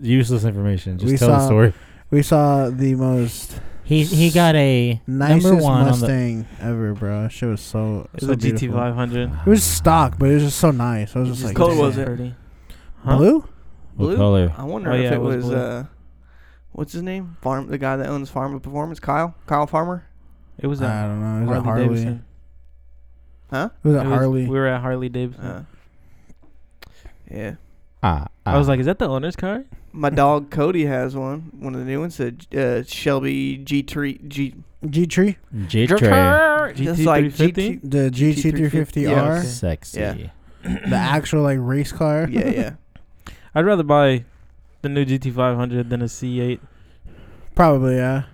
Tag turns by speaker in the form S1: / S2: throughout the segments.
S1: useless information. Just
S2: We
S1: tell the
S2: saw-
S1: story.
S2: We saw the most
S3: He he got a
S2: nicest
S3: number one on the.
S2: Mustang ever, bro. That shit was so.
S4: It's
S2: so
S4: a
S2: beautiful.
S4: GT500.
S2: It was stock, but it was just so nice. I was
S5: It
S2: just
S5: just
S2: like,
S5: color was
S2: damn.
S5: it?
S3: Pretty.
S4: Huh?
S2: blue?
S5: Blue?
S1: What color?
S5: I wonder
S4: Oh,
S5: if
S4: yeah,
S5: it,
S4: it was
S5: was,
S4: blue.
S5: uh, what's his name? Farm, the guy that owns Farmer Performance, Kyle, Kyle Farmer.
S4: It was
S2: I
S4: a
S2: don't know. Uh, It was
S4: Harley
S2: a Harley.
S4: Davidson.
S2: It was
S4: It
S2: a
S4: was-
S2: Harley.
S4: We were at Harley Davidson.
S5: Uh, yeah,
S1: Ah,
S4: I was like, "Is that the owner's car?"
S5: my dog Cody has one. One of the new ones, a uh, Shelby G3 G.
S2: G Tree,
S1: J Trey.
S5: That's like
S4: GT350?
S5: GT.
S2: the GT three fifty
S5: Yeah,
S2: R,
S4: okay.
S1: Sexy.
S5: Yeah.
S2: the actual like race car.
S5: Yeah, yeah.
S4: I'd rather buy the new GT500 than a C8.
S2: Probably yeah,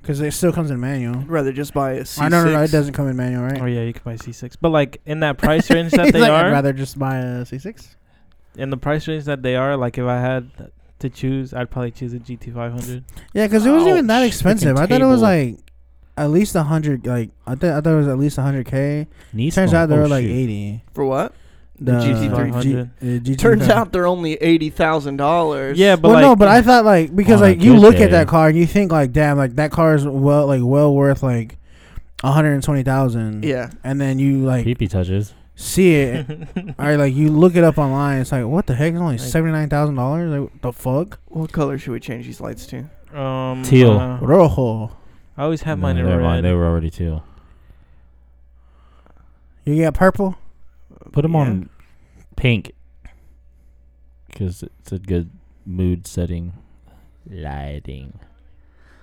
S2: because it still comes in manual.
S5: I'd rather just buy a C6.
S2: I no, no, no, it doesn't come in manual, right?
S4: Oh yeah, you could buy C6, but like in that price range that
S2: He's
S4: they
S2: like, I'd
S4: are,
S2: rather just buy a C six.
S4: in the price range that they are, like if I had to choose, I'd probably choose a GT500.
S2: Yeah, because it wasn't even that
S1: Ouch.
S2: expensive.
S1: Freaking
S2: I thought it was
S1: table.
S2: like at least a hundred. Like I thought, I thought it was at least a hundred k.
S1: Nissan.
S2: Turns out they
S1: Oh,
S2: were like
S1: shoot.
S2: eighty.
S5: For what?
S2: The
S4: GT300.
S2: G- the GT300.
S5: Turns out they're only eighty thousand dollars.
S4: Yeah, but
S2: well,
S4: like,
S2: no, but I thought like because
S1: On a
S2: like you
S1: good
S2: look
S1: day.
S2: at that car and you think like, damn, like that car is well like well worth like one hundred and twenty thousand.
S5: Yeah.
S2: and then you like
S1: PP touches.
S2: see it.
S4: Um,
S2: Or like you look it up online, it's like what the heck? It's only
S4: Like-
S2: seventy nine thousand dollars. Like what the fuck?
S5: What color should we change these lights to?
S4: um,
S1: Teal.
S4: uh,
S2: Rojo.
S4: I always have mine in
S1: never mind. They
S4: red.
S1: were already teal.
S2: You get purple.
S1: Put them
S5: Yeah.
S1: on pink. Because it's a good mood setting. Lighting.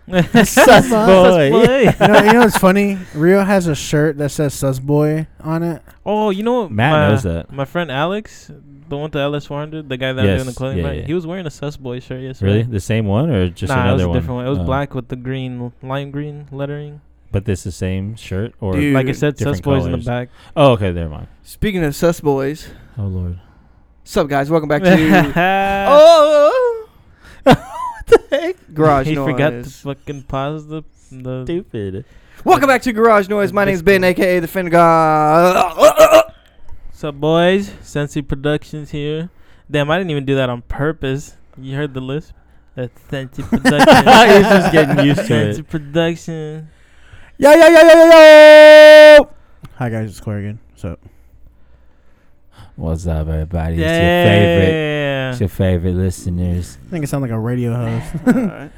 S2: Sus
S1: boy.
S2: you know, you know what's funny? Rio has a shirt that says "Sus Boy" on it.
S4: Oh, you know what?
S1: Matt
S4: my,
S1: knows that.
S4: My friend Alex, the one with the LS400, the guy that I'm doing the
S1: Yes,
S4: clothing
S1: yeah,
S4: line,
S1: yeah.
S4: he was wearing a Sus Boy shirt yesterday.
S1: Really? The same one or just
S4: nah,
S1: another
S4: it was a
S1: one?
S4: different one. It was
S1: Oh.
S4: black with the green, lime green lettering.
S1: But this the same shirt or
S5: Dude.
S4: like it said, Sus
S1: different
S4: Boys in the
S1: colors.
S4: back.
S1: Oh okay, never mind.
S5: Speaking of sus boys,
S1: Oh lord.
S5: sup guys? Welcome back to oh garage
S4: he
S5: noise.
S4: forgot to fucking pause the the.
S1: Stupid.
S5: Welcome back to Garage Noise. My name's Ben, aka the Fin God.
S4: What's up, boys? Sensi Productions here. Damn, I didn't even do that on purpose. You heard the lisp. That's Sensi Productions.
S1: He's just getting used to
S4: Sensi
S1: it.
S4: Production.
S2: Yo yo yo yo yo yo! Hi guys, it's Corrigan. So
S1: What's up everybody? It's your favorite
S4: Yeah.
S1: it's your favorite listeners.
S2: I think it sounds like a radio host.
S5: Alright.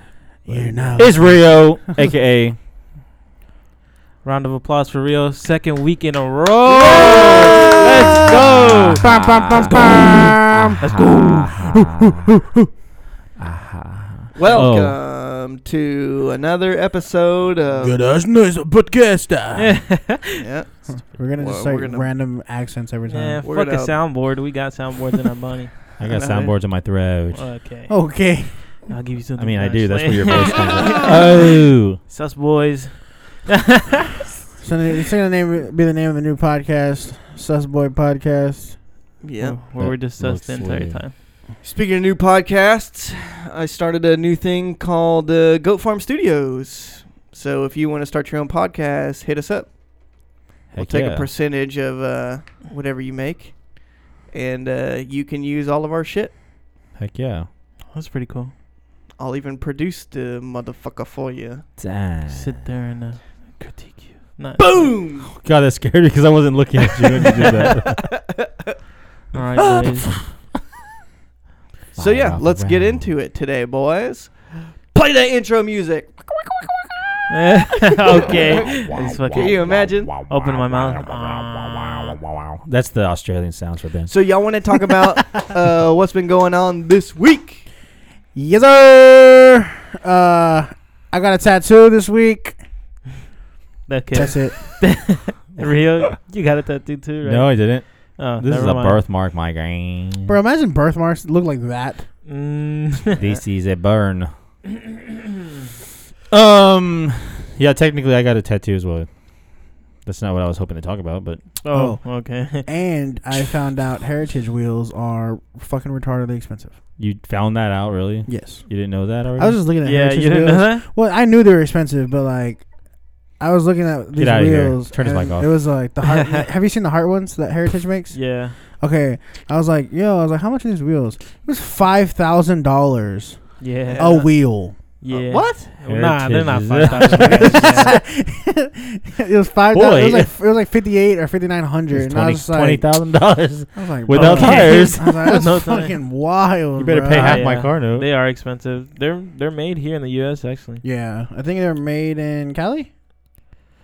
S2: You're now.
S1: It's Rio, aka
S4: Round of applause for Rio. Second week in a row.
S1: Let's go.
S2: Bum, bum, bum, bum.
S1: Let's go.
S5: Welcome
S1: Oh.
S5: to another episode of
S2: ass noise podcaster.
S5: yeah.
S2: We're gonna just
S5: Well,
S2: start
S5: we're gonna-
S2: random accents every
S4: Yeah,
S2: time.
S5: We're
S4: fuck a
S5: gonna-
S4: soundboard. We got soundboards in our money.
S1: I got soundboards in my throat.
S4: Okay.
S2: Okay.
S4: I'll give you
S1: Oh.
S4: something.
S1: I mean, I
S4: nice
S1: do. That's where your
S4: later.
S1: voice comes from. Oh.
S4: Sus boys.
S2: So the- it's gonna name be the name of the new podcast, Sus Boy Podcast.
S5: Yeah.
S4: Where
S1: That
S4: we're just sus the
S1: looks
S4: entire
S1: weird.
S4: time.
S5: Speaking of new podcasts, I started a new thing called uh, Goat Farm Studios. So if you want to start your own podcast, hit us up. we'll
S1: Heck
S5: take
S1: yeah.
S5: a percentage of uh, whatever you make, and uh, you can use all of our shit.
S1: Heck yeah.
S4: That's pretty cool.
S5: I'll even produce the motherfucker for you.
S1: Damn.
S4: Sit there and uh, critique you. Not
S5: Boom!
S1: God, that scared me because I wasn't looking at you when you did that.
S4: All right, boys.
S5: So yeah,
S1: Fire
S5: let's get
S1: round.
S5: into it today, boys. Play that intro music.
S4: okay. It's
S5: Can
S4: fucking
S5: you imagine?
S4: open my mouth. Ah.
S1: That's the Australian sounds for Ben.
S5: So y'all want to talk about uh, what's been going on this week?
S2: Yes, sir. Uh, I got a tattoo this week.
S4: Okay.
S2: That's it.
S4: Rio, you got a tattoo too, right?
S1: No, I didn't.
S4: Oh,
S1: This is
S4: never
S1: a
S4: mind.
S1: birthmark migraine.
S2: Bro, imagine birthmarks look like that.
S4: Mm.
S1: this is a burn. um, yeah, technically I got a tattoo as well. That's not what I was hoping to talk about, but
S4: oh, okay.
S2: And I found out heritage wheels are fucking retardedly expensive.
S1: you found that out really?
S2: Yes.
S1: You didn't know that already?
S2: I was just looking at
S4: yeah,
S2: heritage
S4: you didn't
S2: wheels.
S4: know that?
S2: Well, I knew they were expensive, but like I was looking at these
S1: outta here.
S2: reels.
S1: Turn his mic
S2: and
S1: off.
S2: It was like the heart. have you seen the heart ones that Heritage makes?
S4: Yeah.
S2: Okay, I was like, yo, I was like, how much are these wheels? It was five thousand dollars
S4: Yeah.
S1: Oh,
S2: a wheel.
S4: Yeah.
S5: What?
S4: Well, Nah, they're not
S1: Heritage.
S4: five thousand.
S2: it was five. thou- It was
S1: Boy.
S2: like it was like fifty eight or fifty nine hundred. And I was just
S1: Twenty
S2: like,
S1: thousand dollars.
S2: I was like,
S1: Without
S2: bro.
S1: tires.
S2: I was like, that's
S4: No tire.
S2: fucking wild.
S1: You better
S2: bro.
S1: pay half
S4: yeah.
S1: my car note.
S4: They are expensive. They're they're made here in the U.S. Actually,
S2: Yeah, I think they're made in Cali.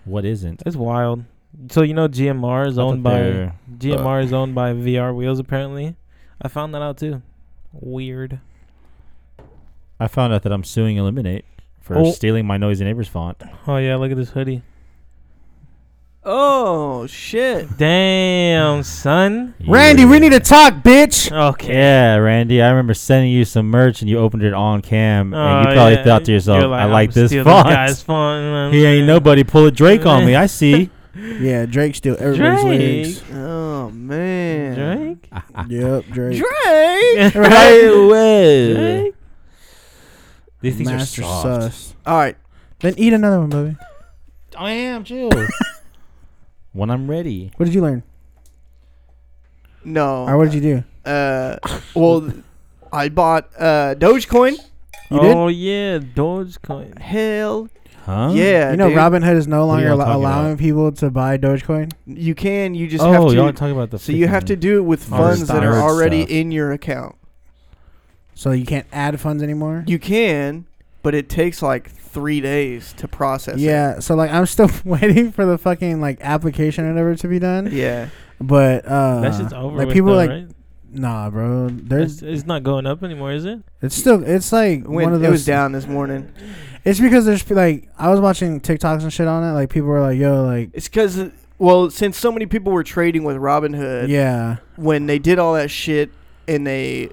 S1: What isn't?
S4: it's wild. So you know GMR is
S1: I thought
S4: owned by
S1: they're- uh,
S4: GMR is owned by VR Wheels apparently. I found that out too. Weird.
S1: I found out that I'm suing Eliminate for
S4: Oh.
S1: stealing my noisy neighbors font.
S4: Oh yeah, look at this hoodie.
S5: Oh shit!
S4: Damn, son.
S2: Randy, we need to talk, bitch.
S4: Okay.
S1: Yeah, Randy, I remember sending you some merch and you opened it on cam and
S4: Oh,
S1: you probably
S4: yeah.
S1: thought to
S4: You're
S1: yourself, "I
S4: "I'm
S1: like this
S4: stealing
S1: font.
S4: Guy's font. you know what I'm
S1: He ain't
S4: saying?
S1: nobody pull a Drake on me. I see."
S2: Yeah, Drake steal everybody's
S4: Drake?
S2: lyrics.
S5: Oh man.
S4: Drake.
S2: Yep, Drake.
S5: Drake.
S1: right away.
S4: Drake?
S1: These things
S2: Master
S1: are soft.
S2: sus.
S5: All right.
S2: Then eat another one, baby.
S1: I am chill. when I'm ready.
S2: What did you learn?
S5: No.
S2: Or what did you do?
S5: Uh, well, th- I bought uh Dogecoin.
S2: You did?
S4: oh yeah, Dogecoin.
S5: Hell
S1: Huh?
S5: yeah!
S2: you know,
S5: dude.
S2: Robin Hood is no
S1: What are
S2: longer
S1: y'all
S2: al-
S1: talking
S2: allowing
S1: about?
S2: people to buy Dogecoin.
S5: You can. You just
S1: oh, y'all are
S5: have to.
S1: talking about the.
S5: So you have
S1: freaking-
S5: to do it with
S1: all this
S5: funds that are
S1: thyroid
S5: already
S1: stuff.
S5: in your account.
S2: So you can't add funds anymore?
S5: You can, but it takes like three days to process. it.
S2: yeah, so like I'm still waiting for the fucking like application or whatever to be done.
S5: Yeah.
S2: But uh
S4: That shit's over.
S2: like
S4: with
S2: people
S4: though,
S2: like
S4: right?
S2: nah bro.
S4: it's,
S2: There's
S4: it's not going up anymore, is it?
S2: it's still it's like
S5: When
S2: one of
S5: it
S2: those
S5: was down this morning,
S2: It's because there's like I was watching TikToks and shit on it, like people were like, yo, like
S5: it's because well, since so many people were trading with Robinhood,
S2: yeah.
S5: when they did all that shit and they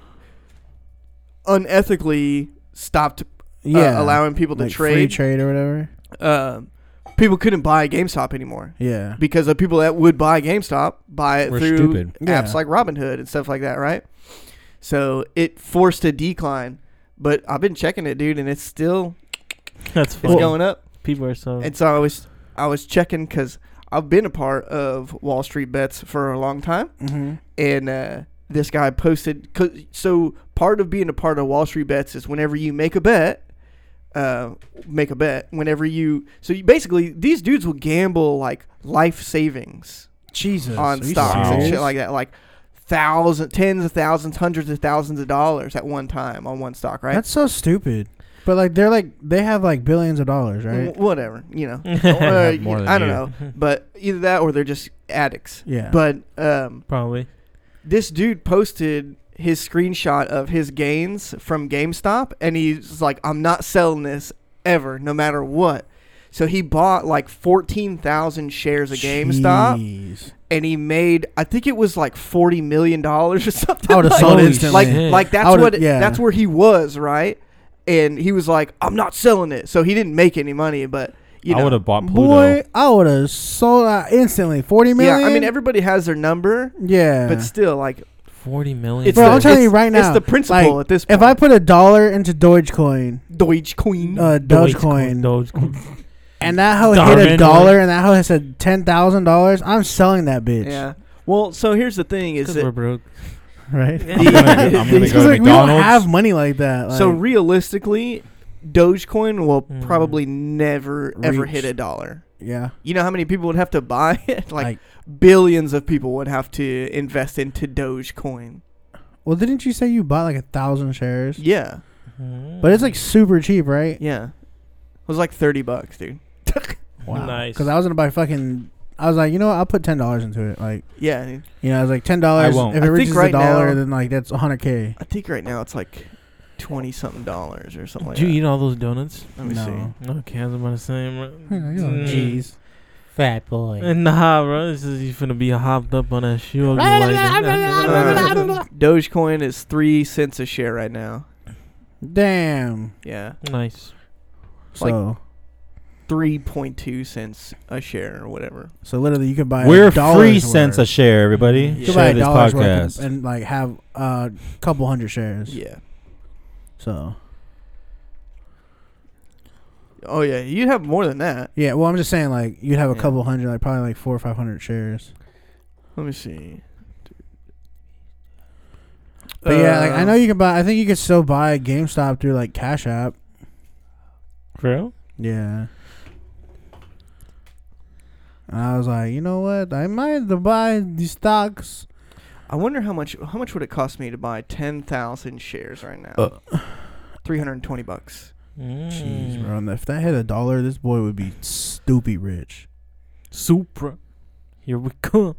S5: unethically stopped uh,
S2: Yeah.
S5: allowing people to
S2: like free
S5: trade,
S2: trade or whatever.
S5: um, people couldn't buy GameStop anymore
S2: Yeah.
S5: because the people that would buy GameStop buy it
S1: We're
S5: through
S1: stupid.
S5: apps
S2: Yeah.
S5: like Robinhood and stuff like that, right? So it forced a decline. But I've been checking it, dude, and it's still
S4: That's
S5: it's
S4: funny.
S5: going up.
S4: People are so.
S5: And so I was I was checking because I've been a part of Wall Street Bets for a long time.
S2: Mhm.
S5: and uh, this guy posted. 'cause- So part of being a part of Wall Street bets is whenever you make a bet, uh, make a bet. Whenever you, so you basically these dudes will gamble like life savings
S2: Jesus.
S5: on
S2: are you
S5: stocks and
S2: serious?
S5: shit like that, like thousands, tens of thousands, hundreds of thousands of dollars at one time on one stock, right?
S2: That's so stupid. But like they're like they have like billions of dollars,
S5: W-
S2: right?
S5: Whatever, you know.
S1: have
S5: Uh,
S1: more than
S5: I don't
S1: you.
S5: know, but either that or they're just addicts.
S2: Yeah.
S5: But um,
S4: Probably.
S5: this dude posted his screenshot of his gains from GameStop, and he's like, "I'm not selling this ever, no matter what." So he bought like fourteen thousand shares of GameStop,
S2: Jeez.
S5: and he made I think it was like forty million dollars or something.
S2: I would've
S5: like,
S2: sold
S5: like-
S2: instantly.
S5: Like,
S4: Yeah.
S5: like
S2: I
S5: that's
S2: would've-
S5: what
S2: yeah.
S5: that's where he was, right? And he was like, "I'm not selling it," so he didn't make any money, but. You
S1: I
S5: know,
S1: would have bought Pluto.
S2: Boy, I would have sold out instantly. Forty
S5: yeah.
S2: million.
S5: I mean, everybody has their number,
S2: yeah.
S5: but still, like,
S4: Forty million.
S5: it's
S2: Bro,
S5: the,
S2: I'm telling
S5: it's-
S2: you right
S5: it's
S2: now,
S5: the principle
S2: like,
S5: at this. point.
S2: if I put a dollar into Dogecoin,
S5: Deutsche Queen.
S2: uh, Dogecoin,
S4: Dogecoin.
S2: and that hoe hit a
S4: Darwin.
S2: dollar, and that hoe has said ten thousand dollars, I'm selling that bitch.
S5: yeah. Well, so here's the thing: is
S4: Because we're
S5: that
S4: broke.
S2: Right.
S1: I'm gonna, I'm gonna
S5: It's
S2: Because
S1: go to
S2: like, we don't
S1: McDonald's.
S2: have money like that. Like, Hmm.
S5: so realistically, Dogecoin will
S4: Mm.
S5: probably never ever
S2: Reach.
S5: hit a dollar.
S2: yeah,
S5: You know how many people would have to buy it? Like,
S2: Like-
S5: billions of people would have to invest into Dogecoin.
S2: Well, didn't you say you bought like a thousand shares?
S5: Yeah,
S2: But it's like super cheap, right?
S5: yeah. It was like thirty bucks, dude.
S4: Nice.
S2: Because I was gonna buy fucking. I was like, you know, what? I'll put ten dollars into it. Like,
S5: Yeah, dude.
S2: you know, I was like ten
S1: I
S2: dollars.
S1: won't.
S2: If
S5: I
S2: it
S5: think
S2: reaches
S5: right
S2: a dollar,
S5: now-
S2: then like that's hundred k.
S5: I think right now it's like twenty something dollars or something. Like
S4: Did you
S5: that.
S4: eat all those donuts?
S5: Let me
S2: No. "Oh,
S4: Okay, I was about to say. bro. Mm.
S2: Jeez.
S3: Fat boy.
S4: Nah, bro, this is you finna be hopped up on that sugar. like-
S5: see. Dogecoin is three cents a share right now.
S2: Damn.
S5: Yeah,
S4: nice.
S2: So,
S5: three point two cents a share or whatever.
S2: so literally, you could buy.
S1: We're
S2: a dollar's
S1: free
S2: worth.
S1: cents a share, everybody.
S4: You
S2: You
S1: Share
S2: could buy a
S1: this
S2: dollar's worth
S1: podcast.
S2: and, and like have a couple hundred shares.
S5: Yeah.
S2: So
S5: Oh yeah, you'd have more than that.
S2: Yeah, well, I'm just saying, like, you'd have a
S4: Yeah.
S2: couple hundred, like, probably like four or five hundred shares.
S5: Let me see.
S2: But yeah, like, I
S5: Um,
S2: know you can buy, I think you could still buy GameStop through, like, Cash App.
S4: For real?
S2: Yeah. And I was like, you know what? I might to buy these stocks.
S5: I wonder how much how much would it cost me to buy ten thousand shares right now?
S2: Uh.
S5: Three hundred and twenty bucks.
S4: Mm.
S2: Jeez, bro. and if that hit a dollar, this boy would be stupid rich.
S4: Supra. Here we come.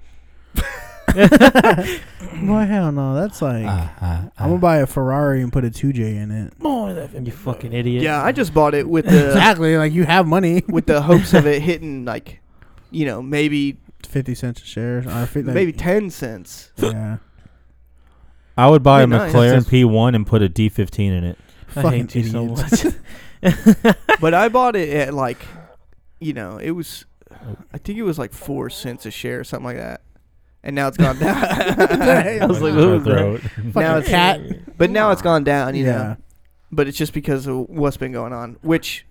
S2: Well, hell no. That's like,
S1: Uh,
S2: I'm going to buy a Ferrari and put a 2J in it.
S4: You fucking idiot.
S5: Yeah, I just bought it with the
S2: exactly. Like, you have money.
S5: with the hopes of it hitting like, you know, maybe
S2: 50 cents a share. Or 50, like,
S5: maybe ten cents.
S2: Yeah.
S1: I would buy a
S5: Wait, no, that's
S1: McLaren
S5: just-
S1: P1 and put a D15 in it.
S4: I
S2: Fucking
S4: hate you so
S2: idiots.
S4: much.
S5: but I bought it at like, you know, it was, I think it was like four cents a share or something like that, and now it's gone down. I was like,
S4: Like,
S5: what was that?
S1: Cutthroat.
S5: Now it's
S2: cat.
S5: But now it's gone down, you
S2: yeah.
S5: know. But it's just because of what's been going on, which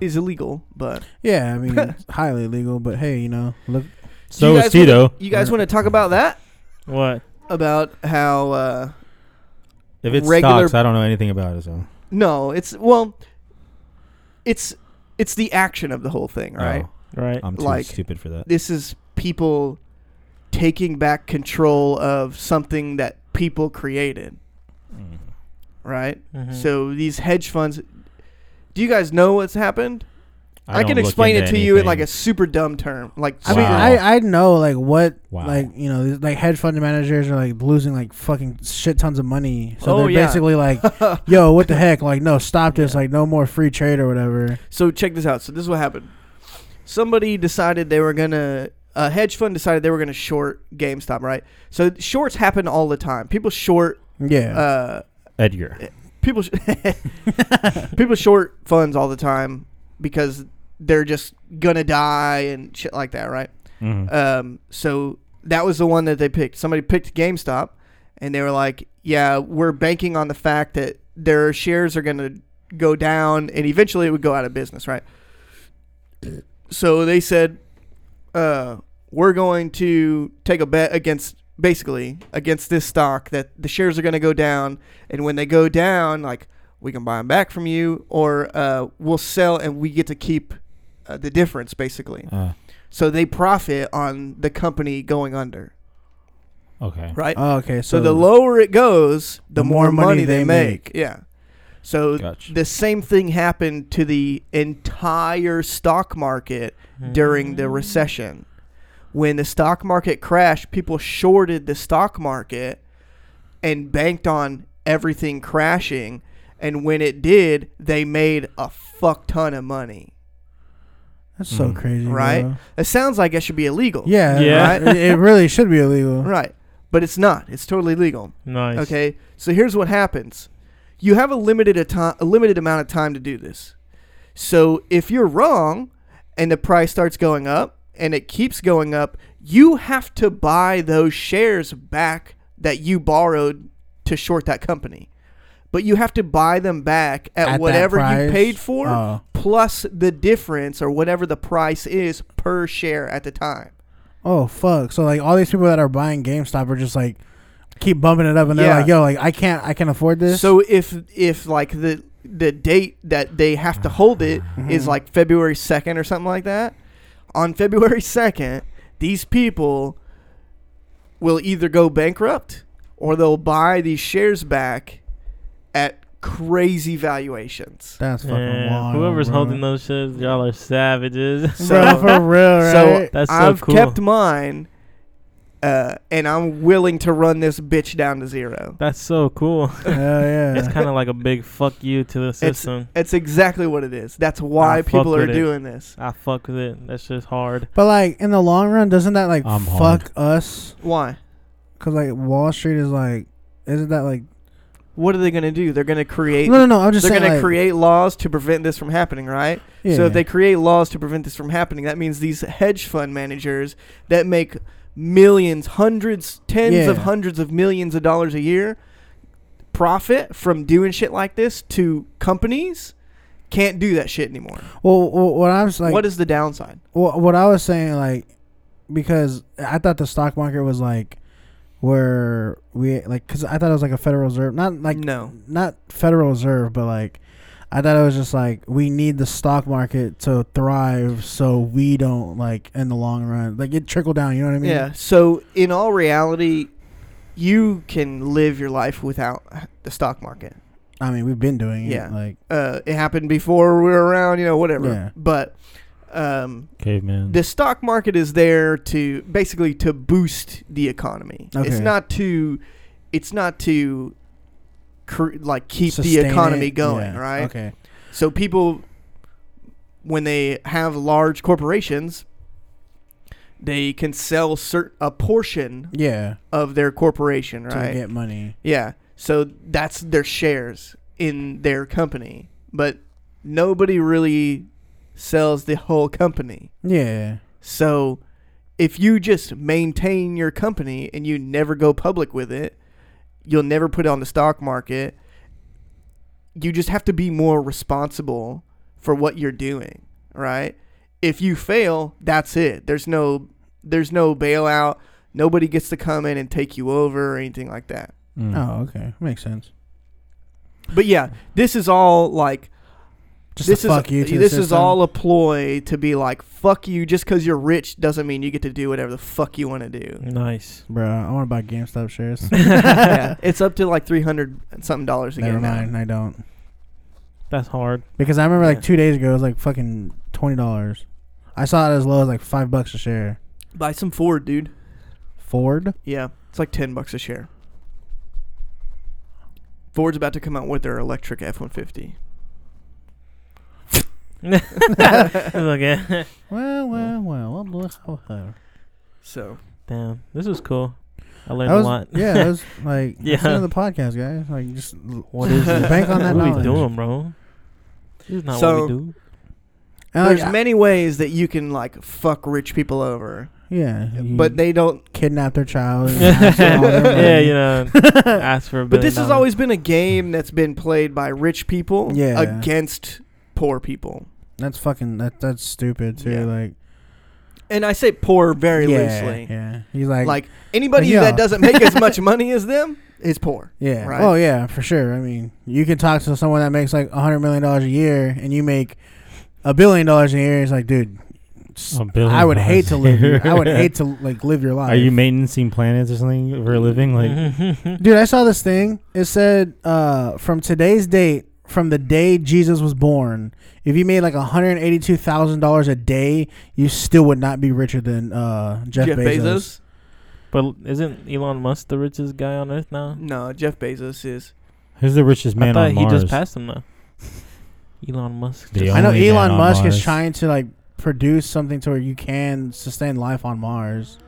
S5: is illegal. But
S2: Yeah, I mean, it's highly illegal, but hey, you know, look.
S1: So is
S5: You guys wanna-
S1: Tito.
S5: you guys want to talk about that?
S4: What?
S5: About how? Uh,
S1: If it's
S5: regular-
S1: stocks, I don't know anything about it. So
S5: no, it's well, it's it's the action of the whole thing, right?
S1: Oh,
S4: Right.
S1: I'm too
S5: Like-
S1: stupid for that.
S5: This is people taking back control of something that people created,
S1: Mm.
S5: right?
S1: Hmm.
S4: Mhm.
S5: So these hedge funds. Do you guys know what's happened? I,
S1: don't
S5: can
S1: look
S5: explain it to
S1: into
S5: you in like a
S1: anything.
S5: super dumb term. Like
S2: I mean,
S1: Wow.
S2: I I know like what
S1: Wow.
S2: like you know these, like hedge fund managers are like losing like fucking shit tons of money. So
S5: Oh,
S2: they're
S5: yeah.
S2: basically like, yo, what the heck? Like, no, stop this. Like, no more free trade or whatever.
S5: So check this out. So this is what happened. Somebody decided they were gonna. A hedge fund decided they were gonna short GameStop, right? So shorts happen all the time. People short.
S2: Yeah.
S5: Uh,
S1: Edgar.
S5: people. Sh- people short funds all the time because they're just gonna die and shit like that, right?
S1: Mhm.
S5: Um, so that was the one that they picked. Somebody picked GameStop, and they were like, "Yeah, we're banking on the fact that their shares are going to go down, and eventually it would go out of business, right?" So they said, uh, "We're going to take a bet against." Basically, against this stock, that the shares are going to go down, and when they go down, like we can buy them back from you, or uh, we'll sell and we get to keep uh, the difference, basically.
S1: Uh,
S5: So they profit on the company going under,
S1: okay.
S5: right?
S2: oh, okay.
S5: so,
S2: So,
S5: the lower it goes, the, more, money, they, make. Yeah. So
S1: Gotcha.
S5: the same thing happened to the entire stock market during
S4: Mm-hmm.
S5: the recession. When the stock market crashed, people shorted the stock market and banked on everything crashing. And when it did, they made a fuck ton of money.
S2: that's so
S1: Mhm.
S2: crazy,
S5: Right?
S2: bro.
S5: It sounds like it should be illegal.
S2: Yeah.
S4: Yeah.
S2: right? it, it really should be illegal.
S5: Right. But it's not. It's totally legal.
S4: Nice.
S5: Okay, so here's what happens: you have a limited a, ti- a limited amount of time to do this. So if you're wrong, and the price starts going up, and it keeps going up, you have to buy those shares back that you borrowed to short that company. But you have to buy them back at,
S2: At that
S5: whatever you
S2: price?
S5: paid for,
S2: Oh.
S5: plus the difference or whatever the price is per share at the time.
S2: Oh fuck! So like all these people that are buying GameStop are just like keep bumping it up, and they're
S5: Yeah.
S2: like, "Yo, like I can't, I can't afford this."
S5: So if if like the the date that they have to hold it
S2: Mm-hmm.
S4: Mm-hmm.
S5: is like February second or something like that, on February second, these people will either go bankrupt or they'll buy these shares back at crazy valuations.
S2: that's fucking
S4: Yeah,
S2: wild.
S4: Whoever's
S2: bro.
S4: holding those shits, y'all are savages.
S2: bro, for real,
S5: so
S2: right?
S4: That's so
S5: I've
S4: cool.
S5: kept mine, uh, and I'm willing to run this bitch down to zero.
S4: That's so cool.
S2: Hell yeah.
S4: It's kind of like a big fuck you to the system.
S5: That's exactly what it is. That's why
S4: I fuck
S5: people are
S4: with it.
S5: doing this.
S4: I fuck with it. That's just hard.
S2: But like in the long run, doesn't that like
S1: I'm hard.
S2: fuck us?
S5: Why?
S2: Because like Wall Street is like, isn't that like?
S5: What are they gonna do? They're gonna create.
S2: No, no, no. I'm just
S5: they're
S2: saying.
S5: going to
S2: like,
S5: create laws to prevent this from happening, right?
S2: yeah,
S5: So if they create laws to prevent this from happening, that means these hedge fund managers that make millions, hundreds, tens of
S2: Yeah.
S5: hundreds of millions of dollars a year profit from doing shit like this to companies Can't do that shit anymore.
S2: Well, well, what I'm s- like,
S5: what is the downside?
S2: Well, what I was saying, like, because I thought the stock market was like where we like, because I thought it was like a Federal Reserve, not like
S5: no.
S2: not Federal Reserve, but like I thought it was just like we need the stock market to thrive so we don't like in the long run like it trickle down. You know what I mean?
S5: yeah. So in all reality, you can live your life without the stock market.
S2: I mean, we've been doing
S5: Yeah.
S2: it. Like,
S5: Uh, it happened before we were around, you know, whatever.
S2: Yeah.
S5: But um,
S1: Caveman.
S5: the stock market is there to basically to boost the economy. It's
S2: Okay.
S5: not to, it's not to, cr- like keep
S2: sustain
S5: the economy
S2: it.
S5: going,
S2: Yeah.
S5: right?
S2: Okay.
S5: So people, when they have large corporations, they can sell cert- a portion
S2: Yeah.
S5: of their corporation,
S2: To
S5: right?
S2: get money.
S5: Yeah. So that's their shares in their company, but nobody really sells the whole company.
S2: Yeah.
S5: So if you just maintain your company and you never go public with it, you'll never put it on the stock market. You just have to be more responsible for what you're doing, right? If you fail, that's it. There's no there's no bailout. Nobody gets to come in and take you over or anything like that.
S1: Mm.
S2: Oh, okay. Makes sense.
S5: But yeah, this is all like
S2: Just
S5: this
S2: to
S5: is
S2: fuck you. To the
S5: this is
S2: system.
S5: all a ploy to be like fuck you just cuz you're rich doesn't mean you get to do whatever the fuck you want to do.
S4: Nice.
S2: Bro, I want to buy GameStop shares.
S5: yeah, it's up to like three hundred something dollars again
S2: Never
S5: now.
S2: mind, I don't.
S4: That's hard.
S2: Because I remember
S5: Yeah.
S2: like two days ago, it was like fucking twenty dollars. I saw it as low as like five bucks a share.
S5: Buy some Ford, dude.
S2: Ford.
S5: Yeah, it's like ten bucks a share. Ford's about to come out with their electric F one fifty.
S4: okay.
S2: Well, well, well. well, well, well, well.
S5: So
S4: Damn. This was cool. I learned
S2: That was,
S4: a lot.
S2: yeah, that was like yeah.
S4: Yeah.
S2: That's the end of the podcast, guys. Like, just
S4: What is this?
S2: bank on that
S4: what
S2: knowledge.
S4: we doing, bro? This is not
S5: So-
S4: what we do.
S2: And, like,
S5: there's
S2: I-
S5: many ways that you can like fuck rich people over,
S2: yeah, you
S5: but they don't.
S2: kidnap their child. And ask them all their money.
S4: yeah, you know, ask for a
S5: But
S4: billion
S5: this has
S4: dollars.
S5: always been a game that's been played by rich people
S2: Yeah.
S5: against poor people,
S2: that's fucking that. That's stupid too.
S5: Yeah.
S2: Like
S5: and I say poor very
S2: yeah,
S5: loosely.
S2: Yeah, he's like,
S5: Like anybody
S2: Yeah.
S5: that doesn't make as much money as them is poor.
S2: Yeah.
S5: Right.
S2: Oh yeah, for sure. I mean, you can talk to someone that makes like a hundred million dollars a year, and you make a billion dollars a year. It's like, dude, s-
S1: A billion
S2: I would hate to
S1: dollars
S2: live.
S1: a
S2: your- I would
S1: year.
S2: hate to like live your life.
S1: Are you maintaining planets or something for a living?
S4: Mm-hmm.
S1: Like,
S2: dude? I saw this thing. It said uh, from today's date, from the day Jesus was born, if you made like hundred eighty-two thousand dollars a day, you still would not be richer than uh, Jeff, Bezos.
S4: but isn't Elon Musk the richest guy on earth now?
S5: No, Jeff Bezos is.
S1: who's the richest
S4: I
S1: man
S4: thought
S1: on
S4: he
S1: Mars?
S4: just passed him though. Elon Musk.
S1: The
S4: Just
S2: I know
S1: Only man
S2: Elon
S1: on
S2: Musk
S1: Mars.
S2: is trying to like produce something to where you can sustain life on Mars.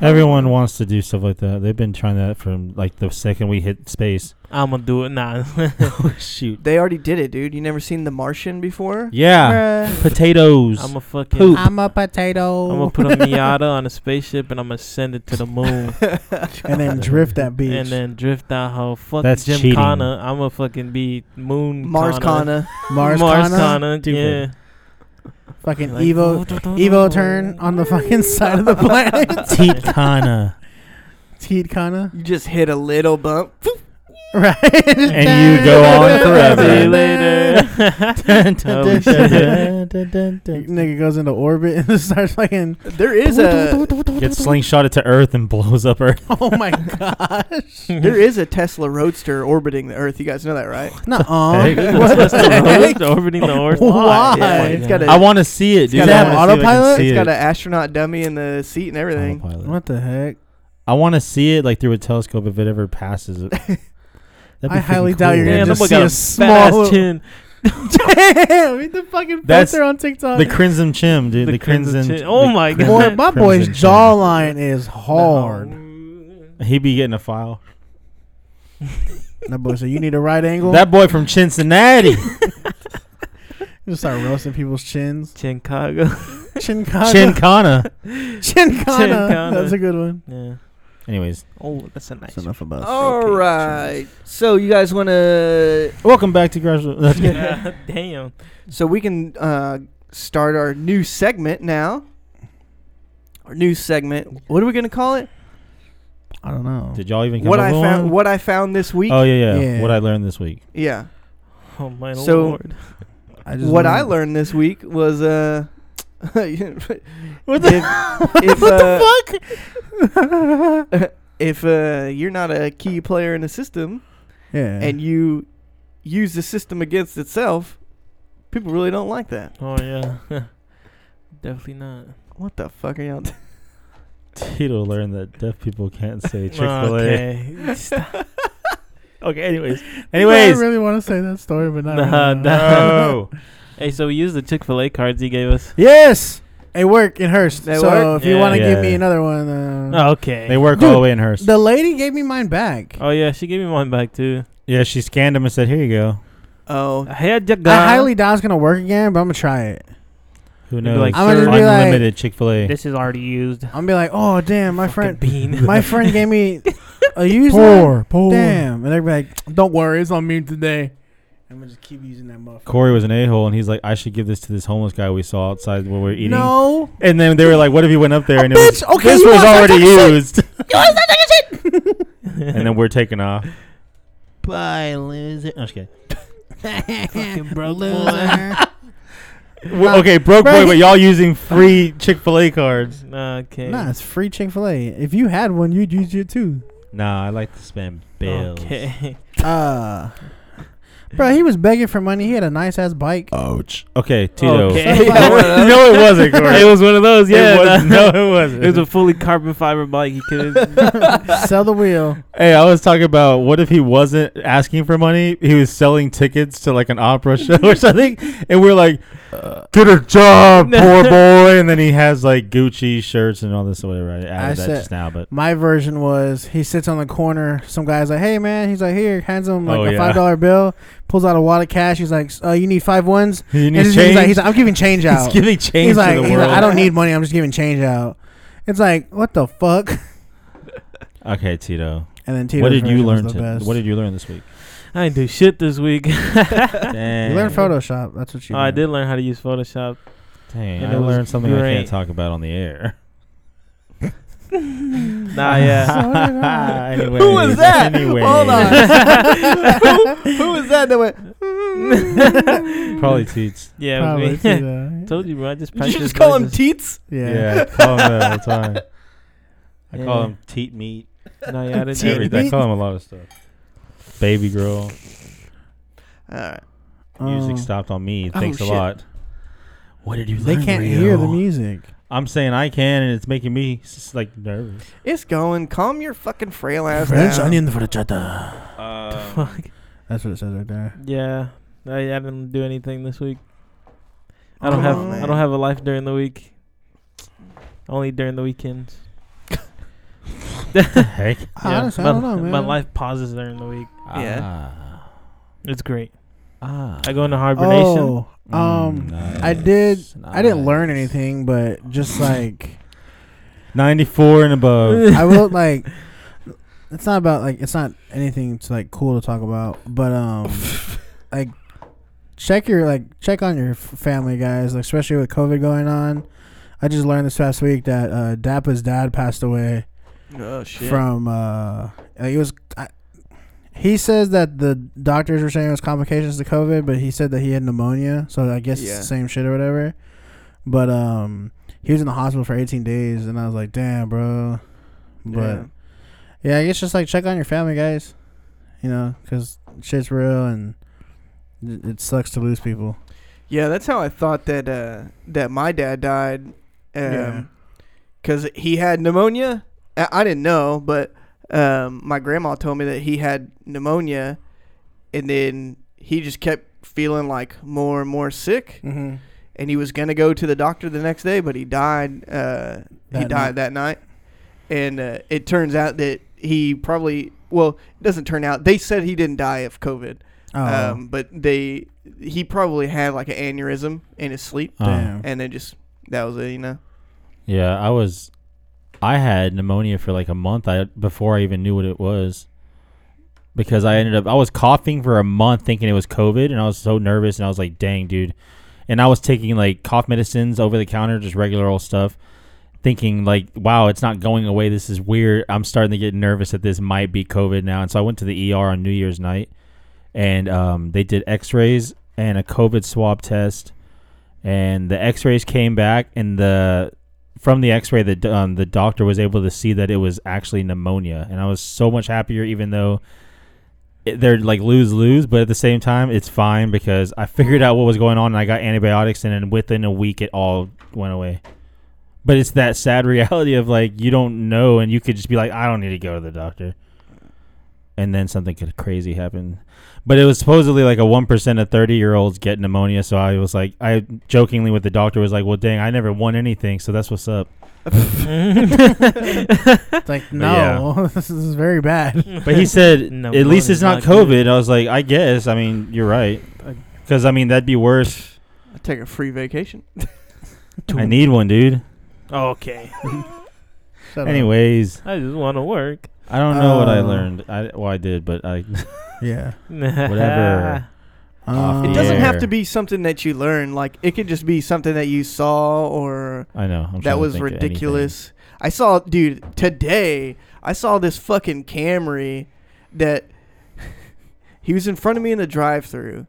S1: Everyone wants to do stuff like that. They've been trying that from like the second we hit space.
S4: I'm gonna do it now.
S1: Oh, Shoot.
S5: They already did it, dude. You never seen The Martian before?
S1: Yeah. Potatoes.
S4: I'm a fucking.
S1: Poop.
S2: I'm a potato.
S4: I'm gonna put a Miata on a spaceship and I'm gonna send it to the moon
S2: and then drift that beach.
S4: and then drift out how fuck
S1: That's
S4: Jim
S1: cheating.
S4: Connor. I'm gonna fucking be moon
S5: Mars Kana.
S2: Mars,
S4: Mars
S2: Kana,
S4: Connor. Yeah.
S1: Stupid.
S2: fucking
S4: Like, oh,
S2: Evo, Evo turn on the fucking side of the planet.
S1: Tikana.
S2: Teed Kana,
S5: You just hit a little bump.
S2: right?
S1: And you go on forever.
S4: See you later. Holy shit.
S2: Nigga goes into orbit and starts fucking.
S5: There is a
S1: Gets slingshotted to Earth and blows up Earth.
S2: Oh my gosh!
S5: there is a Tesla Roadster orbiting the Earth. You guys know that, right?
S1: Hey,
S2: Nuh-uh.
S1: good.
S2: What
S4: What's
S2: the
S4: the
S2: heck?
S4: road to orbiting the Earth?
S2: Why?
S5: Yeah, it's got a
S1: I want to see it,
S5: It's
S1: dude.
S5: got
S1: I
S5: a-
S1: wanna
S2: on
S1: see if I can
S2: autopilot?
S1: see
S5: it's
S1: it.
S5: got an astronaut dummy in the seat and everything.
S1: Autopilot.
S2: What the heck?
S1: I want to see it like through a telescope if it ever passes. it. That'd be
S2: I
S1: freaking
S2: highly doubt you're
S1: cool.
S2: gonna
S4: Damn,
S2: just
S4: that boy
S2: see
S4: got
S2: a
S4: a
S2: small-
S4: small chin.
S2: Damn, read the fucking
S1: That's
S2: filter on TikTok.
S1: the crimson chim, dude. The, crimson.
S4: chin. Oh
S1: the
S4: my
S1: crimson-
S2: Boy,
S4: god.
S2: my boy's
S1: Crimson chin.
S2: jawline is hard.
S1: He be getting a file.
S2: That boy said, "You need a right angle."
S1: That boy from Cincinnati,
S2: Just start roasting people's chins.
S4: Chincago.
S2: Chinkana.
S1: Chincana.
S2: Chinkana.
S4: Chinkana.
S2: That's a good one.
S4: Yeah.
S1: Anyways,
S4: Oh, that's a nice.
S2: That's enough about.
S5: All
S4: okay,
S5: right. So you guys want to?
S1: welcome back to Garage.
S4: Yeah, damn.
S5: So we can uh, start our new segment now. Our new segment. What are we gonna call it?
S2: I don't know.
S1: Did y'all even come
S5: What
S1: up
S5: I
S1: with
S5: found.
S1: one?
S5: What I found this week.
S1: Oh yeah, yeah,
S2: Yeah.
S1: What I learned this week.
S5: Yeah.
S4: Oh my
S5: So-
S4: lord.
S2: I
S5: What I learned this week was uh. what the? If, if, uh,
S2: Fuck.
S5: if uh, you're not a key player in the system,
S2: Yeah.
S5: and you use the system against itself, people really don't like that.
S4: Oh yeah. Definitely not.
S5: What the fuck are y'all doing?
S1: Tito learned that deaf people can't
S4: Oh,
S1: say Chick Fil A. Okay.
S4: Okay. Stop.
S1: Anyways,
S2: I
S1: anyways.
S2: really want to say that story, but not. Uh,
S4: Nah,
S2: right now.
S1: No.
S4: hey, so we used the Chick Fil A cards he gave us.
S2: Yes, they work in Hearst.
S5: They
S2: so
S5: work?
S2: if you want to
S1: Yeah. Oh.
S2: give me another one, uh,
S4: Okay.
S1: They work all the way in Hearst.
S2: the lady gave me mine back.
S4: Oh yeah, she gave me mine back too.
S1: Yeah, she scanned them and said, "Here you go."
S5: Oh,
S4: I had your
S2: I
S4: gun.
S2: highly doubt it's gonna work again, but I'm gonna try it.
S1: Who
S4: They'd be
S1: knows?
S4: like,
S2: I'm gonna
S4: "Sir,
S2: be like-
S1: Unlimited Chick Fil A.
S4: this is already used.
S2: I'm gonna be like, oh damn, my
S4: Fucking
S2: friend,
S4: bean.
S2: my friend gave me a user.
S1: Poor, poor.
S2: Damn, and they're like, don't worry, it's on me today. I'm gonna just keep using that motherfucker.
S1: Corey was an a hole, and he's like, "I should give this to this homeless guy we saw outside where we are eating."
S2: No,
S1: And then they were like, "What if he went up there and it was,
S2: Bitch, okay,
S1: this
S2: you
S1: was
S2: wanna start
S1: already
S2: taking shit?
S1: used?" and then we're taking off. Bye, loser. No, just kidding.
S4: Fucking broke
S1: Well, okay, broke
S2: bro,
S1: boy,
S2: he-
S1: but y'all using free Chick Fil A cards.
S4: boy. okay.
S2: nah, it's free Chick Fil A. If you had one, you'd use it too.
S1: Nah, I like to spend bills.
S4: Okay.
S2: Uh, bro, he was begging for money. He had a nice ass bike.
S1: Ouch. Okay, Tito.
S4: Okay.
S1: no, it- no, it wasn't, Corey.
S4: it was one of those. Yeah.
S1: It was-
S4: nah.
S1: no, it wasn't.
S4: It was a fully carbon fiber bike. He could.
S2: Sell the wheel.
S1: Hey, I was talking about what if he wasn't asking for money? He was selling tickets to like an opera show or something, and we're like, "Get a job, poor boy!" And then he has like Gucci shirts and all this or whatever. I added
S2: I
S1: that
S2: said-
S1: just now, but
S2: My version was he sits on the corner. Some guy's like, "Hey man," he's like, "Here," hands him like
S1: Oh,
S2: a
S1: yeah.
S2: five dollar bill, pulls out a wad of cash. He's like, "Uh, you need five ones?"
S1: he
S2: And
S1: needs
S2: he's- he's
S1: change.
S2: like, he's like, "I'm giving change
S1: He's
S2: out."
S1: giving change
S2: he's like,
S1: to the
S2: he's
S1: world.
S2: like, "I don't need money. I'm just giving change out." It's like, what the fuck?
S1: okay, Tito.
S2: And then Tito's
S1: what did
S2: version
S1: you
S2: was
S1: learn?
S2: the
S1: To,
S2: best.
S1: what did you learn this week?
S4: I didn't do shit this week.
S1: Dang.
S2: You learned Photoshop. That's what you.
S4: Oh, I
S2: learned.
S4: did learn how to use Photoshop.
S1: Dang,
S4: and
S1: I
S4: it was
S1: learned something I
S4: great.
S1: can't talk about on the air.
S4: Nah, yeah.
S1: anyway,
S5: who was that?
S1: Anyway,
S5: Hold on. who, who was that that went? "Mm."
S1: Probably Teats.
S4: yeah, it
S2: Probably
S4: was me.
S2: Tito.
S4: Told you, bro. I just
S5: Did you
S4: practiced.
S5: just call him
S4: voices.
S5: Teats?
S2: Yeah.
S1: Yeah, I call him that all the time. I call
S4: Yeah.
S1: him teat meat.
S4: Nah, yeah, I didn't.
S5: Teat
S4: do
S1: Everything. I call him a lot of stuff. Baby girl.
S5: All right.
S2: Um,
S1: Music stopped on me.
S5: oh,
S1: Thanks
S5: shit.
S1: a lot. What did you
S2: They
S1: learn,
S2: can't
S1: Rio?
S2: hear the music.
S1: I'm saying I can, and it's making me s- like nervous.
S5: It's going. Calm your fucking frail ass
S2: French
S5: down.
S2: onion bruschetta.
S1: Uh,
S4: Fuck.
S2: That's what it says right there.
S4: Yeah, I, I didn't do anything this week. I
S5: Oh,
S4: don't
S5: come
S4: have
S5: on,
S4: I
S5: man.
S4: don't have a life during the week. Only during the weekends.
S1: heck.
S2: I honestly, I
S4: my,
S2: don't know,
S4: My
S2: man.
S4: life pauses during the week.
S5: Yeah.
S1: Ah.
S4: It's great.
S1: Ah.
S4: I go into hibernation.
S2: Oh, um,
S1: Mm,
S2: I did.
S1: nice,
S2: I didn't learn
S1: nice.
S2: anything, but just like
S1: 94 and above.
S2: I will like. It's not about like it's not anything to like cool to talk about, but um, like check your like check on your f- family, guys. Like, especially with COVID going on, I just learned this past week that uh, Dapa's dad passed away
S5: Oh shit.
S2: from uh, like, it was. I, he says that the doctors were saying it was complications to COVID, but he said that he had pneumonia, so I guess it's
S5: Yeah.
S2: the same shit or whatever. But um, he was in the hospital for 18 days, and I was like, damn, bro. But
S5: Yeah.
S2: yeah, I guess just like check on your family, guys. You know, because shit's real and it it sucks to lose people.
S5: Yeah, that's how I thought that uh, that my dad died,
S2: Yeah.
S5: because he had pneumonia. I, I didn't know, but um, my grandma told me that he had pneumonia, and then he just kept feeling like more and more sick,
S2: Mm-hmm.
S5: and he was gonna go to the doctor the next day, but he died. Uh, he
S2: That
S5: died
S2: night.
S5: that night, and uh, it turns out that he probably well, it doesn't turn out. They said he didn't die of COVID.
S2: Oh,
S5: Um, but they he probably had like an aneurysm in his sleep,
S1: Uh,
S2: damn.
S5: and then just that was it, you know.
S1: Yeah, I was I had pneumonia for like a month I, before I even knew what it was. Because I ended up, I was coughing for a month thinking it was COVID, and I was so nervous, and I was like, dang, dude. And I was taking like cough medicines over the counter, just regular old stuff, thinking like, wow, it's not going away. This is weird. I'm starting to get nervous that this might be COVID now. And so I went to the ER on New Year's night, and um, they did x rays and a COVID swab test. And the x rays came back, and the from the x-ray the um, the doctor was able to see that it was actually pneumonia and i was so much happier even though it, they're like lose lose but at the same time it's fine because i figured out what was going on and i got antibiotics and then within a week it all went away but it's that sad reality of like you don't know and you could just be like i don't need to go to the doctor and then something could crazy happen but it was supposedly like a 1% of 30 year olds get pneumonia so i was like i jokingly with the doctor was like well dang i never won anything so that's what's up
S2: Oh. It's like no, this is very bad.
S1: But he said,
S4: No,
S1: at least it's not
S4: Moni's
S1: COVID. I was like, I guess. I mean, you're right. Because, I mean, that'd be worse.
S5: I take a free vacation.
S1: I need one, dude.
S4: Okay.
S2: Shut up.
S1: Anyways,
S4: I just want to work.
S1: I don't know what I
S2: Uh,
S1: learned. I, well, I did, but I.
S2: yeah,
S1: Whatever.
S2: Um,
S1: It
S5: It doesn't have
S1: Yeah.
S5: to be something that you learn. Like it could just be something that you saw or
S1: I know. I'm trying
S5: that
S1: to
S5: was
S1: think of anything.
S5: ridiculous. I saw, dude, today I saw this fucking Camry that he was in front of me in the drive-through,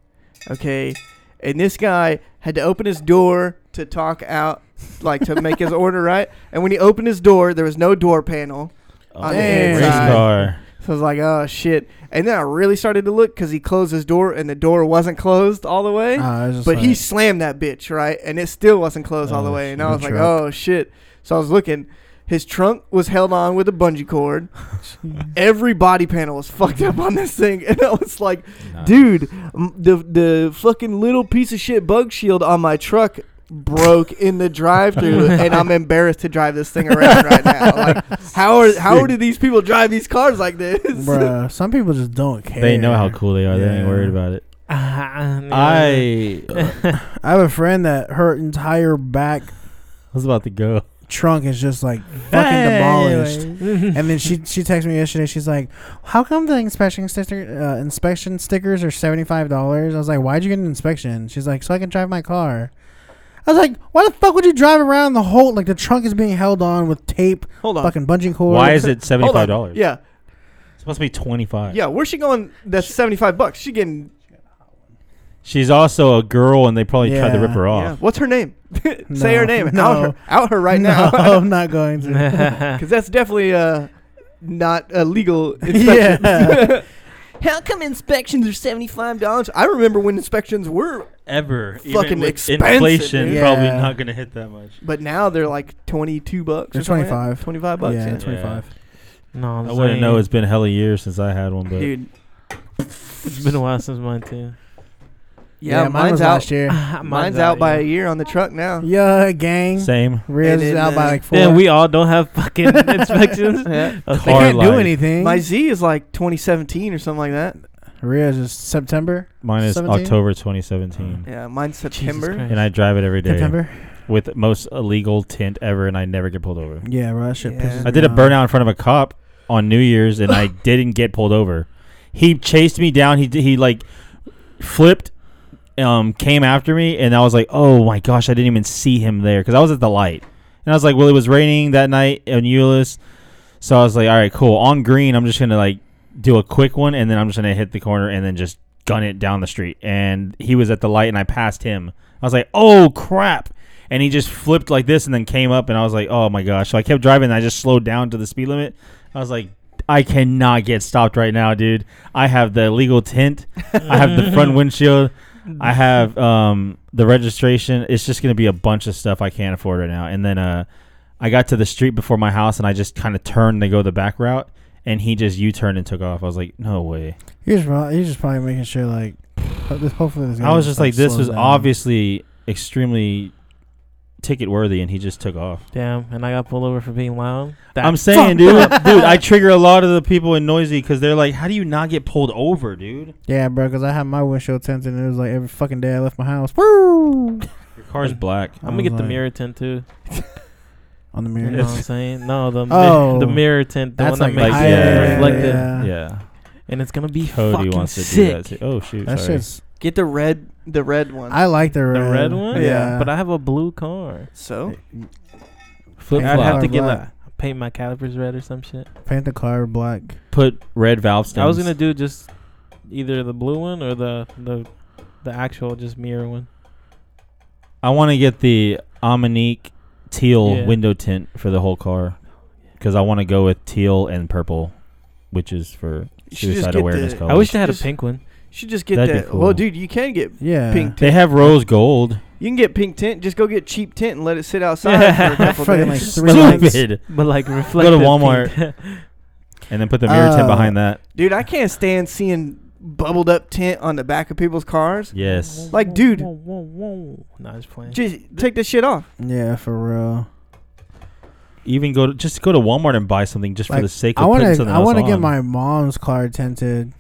S5: okay, and this guy had to open his door to talk out, like to make his order right. And when he opened his door, there was no door panel.
S1: Oh,
S5: Damn.
S1: race car.
S5: So I was like, oh shit. And then I really started to look because he closed his door and the door wasn't closed all the way.
S2: Ah, it's just
S5: But
S2: like-
S5: he slammed that bitch, right? And it still wasn't closed all the
S1: Oh,
S5: way. And
S1: shit.
S5: I was like,
S2: Trunk.
S5: oh, shit. So I was looking. His trunk was held on with a bungee cord. Every body panel was fucked up on this thing. And I was like,
S1: Nah.
S5: dude, m- the, the fucking little piece of shit bug shield on my truck broke in the drive through and I'm embarrassed to drive this thing around right now. Like how are how do these people drive these cars like this?
S2: Bruh, some people just don't care.
S1: They know how cool they are. They ain't
S2: Yeah.
S1: worried about it.
S4: I.
S1: I
S2: I have a friend that her entire back
S1: was about to go.
S2: trunk is just like fucking demolished. And then she she texted me yesterday. She's like, "How come the inspection sticker uh, inspection stickers are seventy five dollars?" I was like, "Why'd you get an inspection?" She's like, "So I can drive my car." I was like, "Why the fuck would you drive around the whole like the trunk is being held on with tape,
S5: Hold on.
S2: fucking bungee cord?"
S1: Why is it
S5: Hold on.
S1: $75?
S5: Yeah.
S1: It's supposed to be 25
S5: Yeah, where's she going that's seventy five bucks? She getting
S1: She's also a girl, and they probably tried to
S2: Yeah.
S1: rip her
S5: Yeah.
S1: off.
S5: What's her name? Say
S2: No,
S5: her name.
S2: no.
S5: Out her, out her right
S2: no,
S5: now.
S2: I'm not going to.
S5: Because that's definitely uh, not a legal
S2: Yeah.
S5: inspection. How come inspections are seventy five dollars? I remember when inspections were,
S1: Ever.
S5: even Fucking with expensive,
S1: Inflation
S5: inflation,
S2: dude.
S1: probably
S2: probably Yeah.
S1: not
S2: not
S1: going to hit that much.
S5: but now they're like twenty two bucks.
S2: They're $25.
S5: Twenty five bucks.
S2: yeah,
S5: Yeah.
S2: twenty five.
S4: no, I'm
S1: I wouldn't
S4: saying,
S1: know. It's been hella years since I had one, but
S5: Dude.
S4: it's been a while since mine too.
S5: Yeah,
S2: mine
S5: mine's
S2: was
S5: out.
S2: last year.
S5: Mine's, out by a year on the truck now.
S2: Yeah, gang.
S1: same.
S2: Riz is
S5: And
S2: out
S5: then,
S2: by
S5: uh,
S2: like four.
S4: Then we all don't have fucking inspections.
S5: Yeah.
S4: Oh,
S2: they
S1: Car
S2: can't do
S1: life.
S2: anything.
S5: My Z is like twenty seventeen or something like that.
S2: Riz is September.
S1: Mine is
S2: 17?
S1: October 2017,
S5: Yeah, mine's September.
S4: Christ.
S1: and I drive it every day
S2: September.
S1: with most illegal tint ever, and I never get pulled over.
S2: Yeah, bro, that shit
S5: Yeah.
S2: pisses
S1: I did
S2: me
S1: a
S2: off.
S1: burnout in front of a cop on New Year's, and I didn't get pulled over. He chased me down. He d- he like flipped, um, came after me, and I was like, oh my gosh, I didn't even see him there because I was at the light, and I was like, well, it was raining that night in Euless, so I was like, all right, cool. On green, I'm just gonna like do a quick one, and then I'm just gonna hit the corner and then just gun it down the street. And he was at the light, and I passed him. I was like, oh crap and he just flipped like this and then came up and I was like, oh my gosh. So I kept driving and I just slowed down to the speed limit. I was like, I cannot get stopped right now, dude. I have the illegal tint. I have the front windshield. I have um, the registration. It's just gonna be a bunch of stuff I can't afford right now. And then uh, I got to the street before my house and I just kind of turned to go the back route. And he just U turned and took off. I was like, no way.
S2: You're just, prob- you're just probably making sure like ho- this- hopefully this.
S1: I was just like, this was
S2: obvious.
S1: obviously extremely ticket worthy, and he just took off.
S4: Damn, and I got pulled over for being loud. That
S1: I'm saying, dude, dude, I trigger a lot of the people in noisy because they're like, "How do you not get pulled over, dude?
S2: Yeah, bro, because I had my windshield tinted and it was like every fucking day I left my house. Woo!
S1: Your car's black." Oh,
S4: I'm gonna get
S2: I was
S4: the
S2: like-
S4: mirror tint too.
S2: on the
S4: You know
S2: mirror.
S4: what I'm saying? No, the
S2: Oh.
S4: mi- the mirror tint, the
S2: That's
S4: one
S2: like
S4: that makes
S1: high
S4: it
S1: end,
S4: reflective,
S2: yeah.
S1: yeah.
S4: and it's gonna be
S1: Cody
S4: fucking
S1: wants to do
S4: sick.
S1: that too. Oh shoot,
S2: That
S1: sorry.
S2: shit's.
S5: Get the red, the red one.
S2: I like the
S4: The
S2: red.
S4: red one,
S5: Yeah.
S4: But I have a blue car.
S5: so
S1: Flip
S4: I'd have
S1: flop.
S4: to get
S2: Black.
S4: like paint my calipers red or some shit.
S2: paint the car black.
S1: Put red valve
S4: I
S1: stems.
S4: was gonna do just either the blue one or the the the actual just mirror one.
S1: I want to get the Omnique teal
S4: Yeah.
S1: window tint for the whole car because I want to go with teal and purple, which is for
S5: you should just
S1: suicide
S5: get
S1: awareness
S5: the,
S1: color.
S4: I
S1: Oh,
S4: wish
S5: you
S4: they had a
S5: just-
S4: pink one.
S5: you should just get
S1: That'd be
S5: that.
S1: cool.
S5: Well, dude, you can get
S2: Yeah.
S5: pink.
S1: they have rose gold.
S5: You can get pink tint. Just go get cheap tint and let it sit outside for a couple
S2: Fucking
S5: days.
S2: like
S5: Just-
S2: three lights.
S1: Stupid.
S4: But like reflective.
S1: Walmart.
S4: pink.
S1: And then put the mirror tint
S2: Uh,
S1: behind that.
S5: Dude, I can't stand seeing bubbled up tint on the back of people's cars.
S1: Yes.
S5: Like, dude.
S4: Whoa, whoa, whoa. Nah, just playing.
S5: Just take this shit off.
S2: Yeah, for real.
S1: Even go to, just go to Walmart and buy something just for
S2: Like,
S1: the sake
S2: I
S1: of
S2: want
S1: putting
S2: to.
S1: something
S2: I
S1: else
S2: want to get
S1: on.
S2: my mom's car tinted,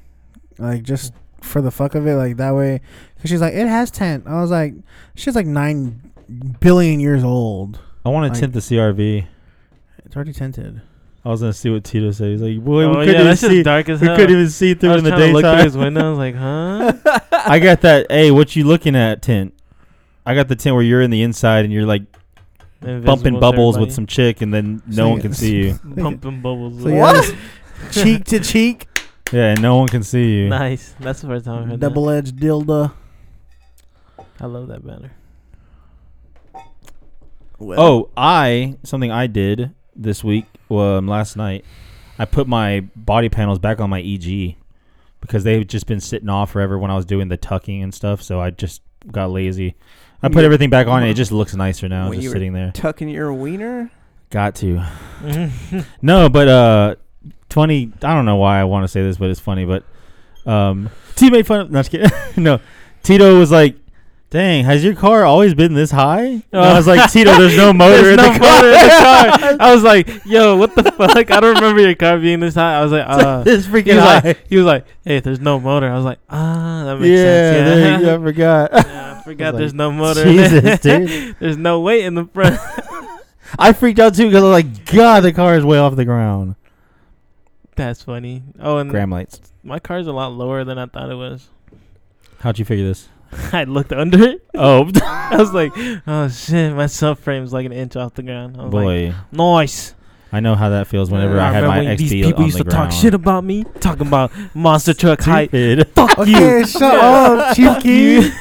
S2: like just for the fuck of it. Like that way, cause she's like, it has tint. I was like, she's like nine billion years old.
S1: I want to
S2: like-
S1: tint the CRV.
S2: It's already tinted.
S1: I was gonna see what Tito said. He's like, boy,
S4: oh
S1: we couldn't
S4: yeah,
S1: even
S4: that's
S1: see.
S4: just dark as
S1: We
S4: hell.
S1: couldn't even see
S4: I
S1: through
S4: was
S1: in the
S4: trying to look through his
S1: daytime.
S4: window. I was like, huh?
S1: I got that. Hey, what you looking at? Tint. I got the tint where you're in the inside and you're like bumping
S4: Invisible to
S1: bubbles with
S4: everybody.
S1: some chick, and then no
S2: So
S1: one
S2: you-
S1: can see you.
S4: bumping bubbles.
S2: So
S4: with-
S2: yeah, it's cheek to cheek,
S1: Yeah, and no one can see you.
S4: Nice. That's the first time I heard
S2: double edged dildo.
S4: that. I love that banner.
S1: Oh, I something I did this week, um, last night. I put my body panels back on my EG because they've just been sitting off forever when I was doing the tucking and stuff. So I just got lazy. I put
S5: Yeah.
S1: everything back on. and It just looks nicer now,
S5: When you
S1: just
S5: were-
S1: sitting there.
S5: Tucking your wiener.
S1: Got to.
S4: Mm-hmm.
S1: No, but uh, twenty. I don't know why I want to say this, but it's funny. But um, T made fun of. No, just kidding. no, Tito was like, "Dang, has your car always been this high?" And I was like, "Tito, there's no motor in
S4: There's
S1: the
S4: no
S1: car."
S4: motor in the car. I was like, yo, what the fuck? I don't remember your car being this high. I was like, uh.
S1: It's freaking
S4: He was,
S1: high.
S4: like, he was like, hey, there's no motor. I was like, ah, that
S1: yeah,
S4: makes sense. Yeah,
S1: there you go. I forgot.
S4: Yeah, I forgot
S1: like,
S4: there's no motor.
S1: Jesus, dude.
S4: there's no weight in the front.
S1: I freaked out too because I was like, "God, the car is way off the ground."
S4: That's funny. Oh, and
S1: Gram lights.
S4: my car's a lot lower than I thought it was.
S1: How'd you figure this?
S4: I looked under it.
S1: Oh,
S4: I was like, oh shit, my subframe's like an inch off the ground. I was like,
S1: boy,
S4: nice.
S1: I know how that feels whenever I, had
S4: remember
S1: my
S4: when
S1: XB
S4: these people
S1: on
S4: used
S1: the
S4: to
S1: ground.
S4: talk shit about me, talking about monster truck height.
S1: Stupid.
S2: Okay, shut up, Chief Keef.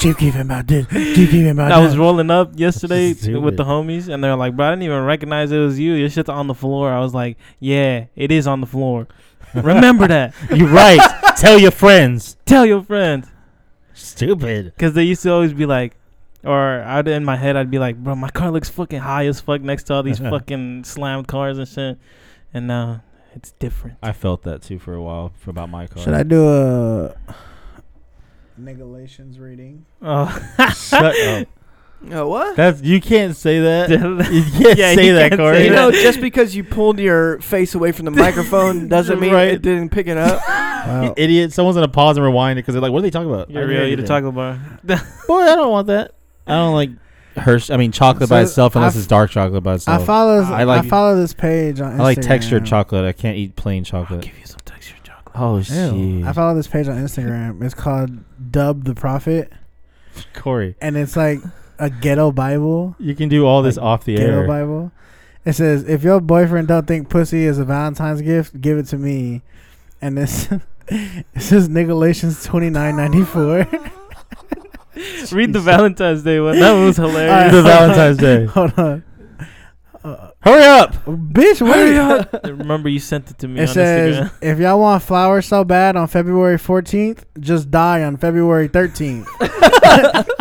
S2: Chief Keef about this. Chief Keef about
S4: I was rolling up yesterday
S1: That's just
S4: with the homies, and they're like, "Bro, I didn't even recognize it was you. Your shit's on the floor." I was like, "Yeah, it is on the floor. Remember that.
S1: You're right. Tell your friends.
S4: Tell your friends."
S1: Stupid.
S4: Cause they used to always be like, or I'd in my head I'd be like, bro, my car looks fucking high as fuck next to all these fucking slammed cars and shit, and now it's different.
S1: I felt that too for a while for about my car.
S2: Should I do a negalations reading?
S4: Oh,
S1: Shut up.
S5: Oh, what?
S1: That's you can't say that. You can't
S4: Yeah,
S1: say
S4: you
S1: that,
S4: can't
S1: Corey.
S4: say
S5: you
S4: that.
S5: know, just because you pulled your face away from the microphone doesn't mean
S1: Right.
S5: it didn't pick it up.
S1: You
S2: Wow.
S1: idiot! Someone's gonna pause and rewind it because they're like, "What are they talking about?"
S4: you're real. You're the
S1: talking.
S4: taco bar.
S1: Boy, I don't want that. I don't like Hershey. I mean, chocolate by
S2: So,
S1: itself unless
S2: I
S1: it's dark chocolate by
S2: I
S1: itself. I,
S2: follow.
S1: I
S2: I,
S1: like-
S2: like, I follow this page on. Instagram.
S1: like textured chocolate. I can't eat plain
S4: I'll
S1: chocolate.
S4: give you some textured chocolate.
S1: Oh
S2: Ew.
S1: shit,
S2: I follow this page on Instagram. It's called Dub the Prophet,
S1: Corey.
S2: and it's like a ghetto Bible.
S1: You can do all this
S2: Like,
S1: off the
S2: Ghetto
S1: air.
S2: Bible. It says, "If your boyfriend don't think pussy is a Valentine's gift, give it to me." And this, it says Nigalations twenty nine ninety four.
S4: Read the Valentine's Day one. That was hilarious.
S1: The Valentine's Day.
S2: Hold on, Uh,
S1: Hurry up!
S2: bitch. Wait.
S4: Remember you sent it to me
S2: It
S4: on
S2: says,
S4: Instagram.
S2: if y'all want flowers so bad on February 14th, just die on February 13th.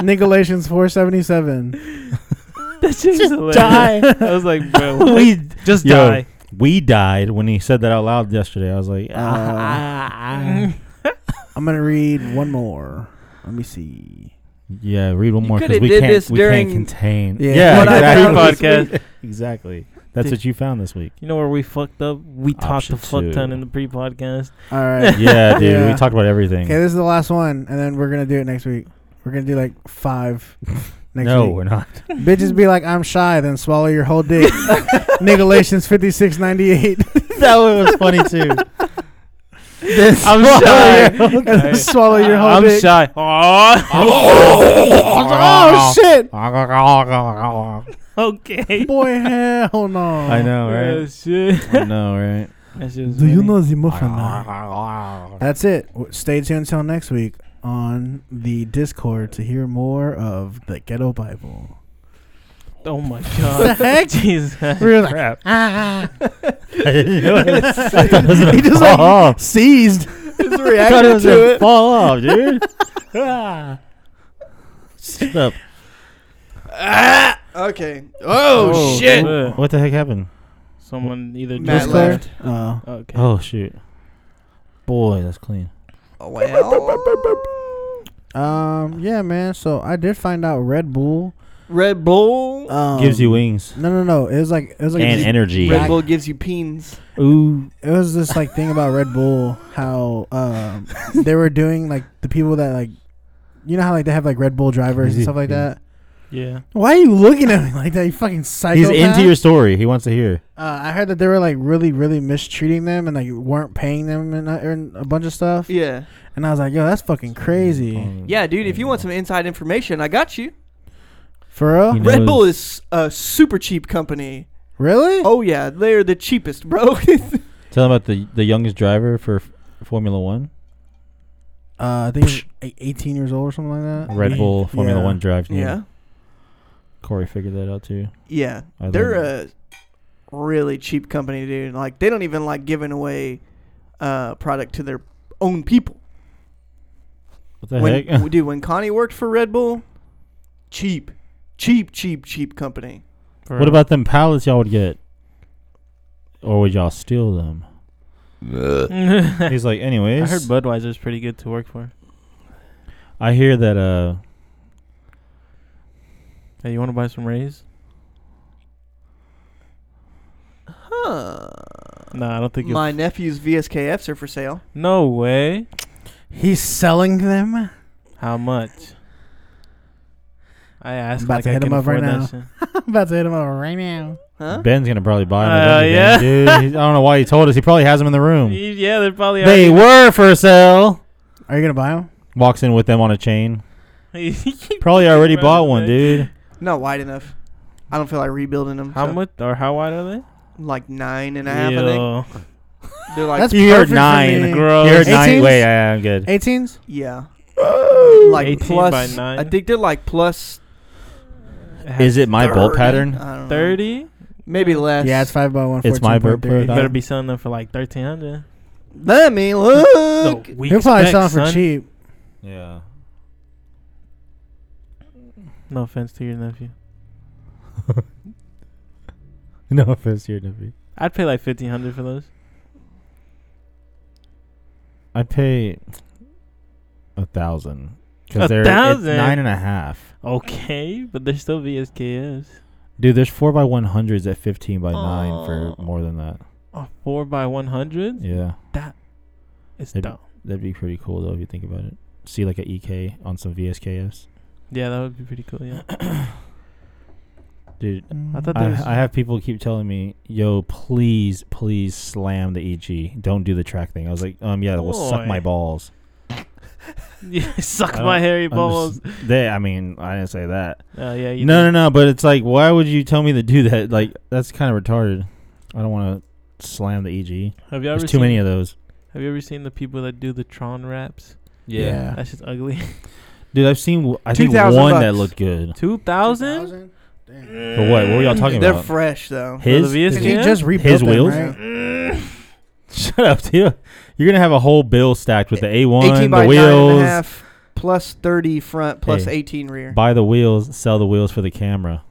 S2: Nicolations 477.
S4: that shit was hilarious.
S1: die.
S4: I was like, bro, what?
S1: we
S4: just
S1: Yo.
S4: die.
S1: we died when he said that out loud yesterday. I was like,
S2: Ah. Uh, I'm going to read one more. Let me see.
S1: Yeah, read one
S5: You
S1: more
S5: coulda
S1: because we
S5: did
S1: can't
S5: this
S1: we
S5: during-
S1: can't contain.
S2: Yeah.
S1: yeah
S5: What I
S1: exactly.
S4: Pre-podcast.
S5: found
S1: This week. exactly. That's
S4: Did-
S1: what you found this week.
S4: You know where we fucked up? We talked
S1: Option
S4: a fuck ton
S1: two.
S4: in the pre-podcast.
S2: All right.
S1: Yeah, dude, we
S2: Yeah.
S1: talked about everything.
S2: Okay, this is the last one, and then we're going to do it next week. We're going to do like five. next
S1: no,
S2: week.
S1: we're not.
S2: Bitches be like, I'm shy, then swallow your whole dick. Nicolations 5698.
S3: that one was funny too. this
S4: I'm
S2: Swallow
S4: shy.
S2: your- and
S1: Oh,
S2: swallow your whole
S4: I'm
S2: dick.
S4: shy.
S2: Oh, shit.
S1: I
S4: okay.
S2: Boy, hell no. I
S1: know,
S4: Oh,
S1: right?
S4: shit.
S1: I know, right?
S4: That shit was
S2: Do you
S4: funny.
S2: know the muffin man? That's it. W- Stay tuned until next week on the Discord to hear more of the Ghetto Bible.
S4: Oh my god. the heck? Jesus.
S2: We're like,
S1: Crap.
S2: ah,
S1: I thought it was
S2: He
S1: gonna
S2: just,
S1: fall
S2: like,
S1: off.
S2: oh, seized.
S5: His
S1: I thought it
S5: reaction
S1: was gonna
S5: to it.
S1: fall off, dude. Ah. Shut up.
S5: Ah, okay. Oh, shit.
S4: Ugh.
S1: What the heck happened?
S4: Someone either
S5: Matt
S4: just
S5: left.
S2: Oh.
S4: Okay.
S1: Oh shoot. Boy, that's clean.
S5: Well,
S2: Um, yeah, man. So I did find out Red Bull
S5: Red Bull.
S2: um,
S1: Gives you wings
S2: No, no, no. It was like it was like
S1: and
S2: this-
S1: energy.
S5: Red Bull gives you peens.
S1: Ooh,
S2: it was this like thing about Red Bull how um they were doing like the people that like you know how like they have like Red Bull drivers and stuff like that.
S4: Yeah.
S2: Why are you looking at me like that? You fucking psycho.
S1: he's into your story. He wants to hear.
S2: Uh, I heard that they were like really, really mistreating them and like weren't paying them and, uh, and a bunch of stuff.
S5: Yeah.
S2: And I was like, yo, that's fucking crazy.
S1: um,
S5: Yeah, dude, if you want some inside information, I got you.
S2: For real?
S1: You know-
S5: Red
S1: knows?
S5: Bull is a super cheap company.
S2: Really?
S5: Oh yeah, they're the cheapest, bro.
S1: Tell him about the the youngest driver for F- Formula One.
S2: Uh, I think he's like 18 years old or something like that.
S1: Red Bull Formula
S2: Yeah.
S1: One drives.
S5: yeah.
S1: Corey figured that out too.
S5: Yeah.
S1: I
S5: They're
S1: learned
S5: a really cheap company, dude. Like they don't even like giving away uh product to their own people.
S1: What the
S5: when,
S1: heck?
S5: dude, when Connie worked for Red Bull, cheap, cheap, cheap, cheap company.
S1: what about them pallets y'all would get? Or would y'all steal them?
S4: I
S1: He's like, anyways. I,
S4: heard Budweiser's pretty good to work for.
S1: hear that. Uh,
S4: Hey, you want to buy some Rays?
S5: Huh.
S4: No, I don't think you.
S5: My nephew's VSKFs are for sale.
S4: No way.
S2: He's selling them?
S4: How much? I asked.
S2: About
S4: like
S2: to
S4: I
S2: hit him
S4: can
S2: up right
S4: afford that
S2: now.
S4: shit.
S2: I'm about to hit him up right now.
S5: Huh?
S1: Ben's gonna probably buy them.
S4: Uh,
S1: again,
S4: yeah.
S1: dude. He's- I don't know why he told us. He probably has them in the room.
S4: Y- Yeah, they're probably.
S1: They were for sale.
S2: Are you going to buy them?
S1: Walks in with them on a chain.
S4: already-
S1: Probably already
S4: Right,
S1: bought one,
S4: right.
S1: dude.
S5: Not wide enough. I don't feel like rebuilding them.
S4: how
S5: so
S4: much or how wide are they?
S5: Like nine and a half. I think
S4: Ew.
S5: they're like
S2: That's
S1: You heard
S2: perfect for
S1: nine.
S2: me.
S1: You heard nine.
S2: 18s?
S1: Wait, yeah, I'm good.
S2: 18s?
S5: yeah, like
S4: 18
S5: plus.
S4: by nine.
S5: I think they're like plus.
S1: Is it my bolt
S5: 30.
S1: pattern?
S5: I don't know.
S4: thirty?
S5: maybe less.
S2: Yeah, it's 5 by 1
S1: It's my burp
S4: You
S1: Thou-
S4: better be selling them for like thirteen hundred.
S5: Let me look.
S2: They're probably selling for cheap.
S1: Yeah.
S4: No offense to your nephew.
S1: No offense, here, Duffy.
S4: I'd pay like fifteen hundred for those.
S1: I pay a thousand
S4: A
S1: because they're it's
S4: thousand?
S1: nine and a half.
S4: Okay, but they're still VSKS.
S1: Dude, there's four by one hundreds at fifteen by nine for
S5: Oh.
S1: more than that.
S4: A four by one hundred?
S1: Yeah,
S4: It's
S1: It'd-
S4: dumb.
S1: that'd be pretty cool though if you think about it. See like a EK on some VSKS,
S4: Yeah, that would be pretty cool. Yeah.
S1: dude.
S4: I thought
S1: I,
S4: there was.
S1: I have people keep telling me, "Yo, please, please slam the EG. Don't do the track thing." I was like, "Um, yeah, well, suck
S4: Boy.
S1: my balls."
S4: yeah, suck
S1: I
S4: my
S1: don't-
S4: hairy
S1: I'm
S4: balls.
S1: just- they, I mean, I didn't say that.
S4: Oh yeah. You
S1: No,
S4: did.
S1: no, no. But it's like, why would you tell me to do that? Like, that's kind of retarded. I don't want to slam the EG.
S4: Have you ever
S1: There's
S4: seen,
S1: too many of those.
S4: Have you ever seen the people that do the Tron raps?
S1: Ah.
S4: That shit's ugly.
S1: dude, I've seen. w- I think one
S5: 2,000
S1: that
S5: bucks.
S1: looked good.
S4: Two thousand?
S2: Damn.
S1: For what? What were y'all talking
S5: They're
S1: about?
S5: fresh though.
S1: His.
S4: the
S2: He
S4: VSKS?
S2: just rebuilt
S1: His
S2: them,
S1: wheels?
S2: right?
S1: Shut up, dude. You're gonna have a whole bill stacked with the A one,
S5: Eighteen
S1: the
S5: by nine and a
S1: wheels.
S5: half. Plus thirty front. Plus
S1: Hey.
S5: eighteen rear.
S1: Buy the wheels, sell the wheels for the camera.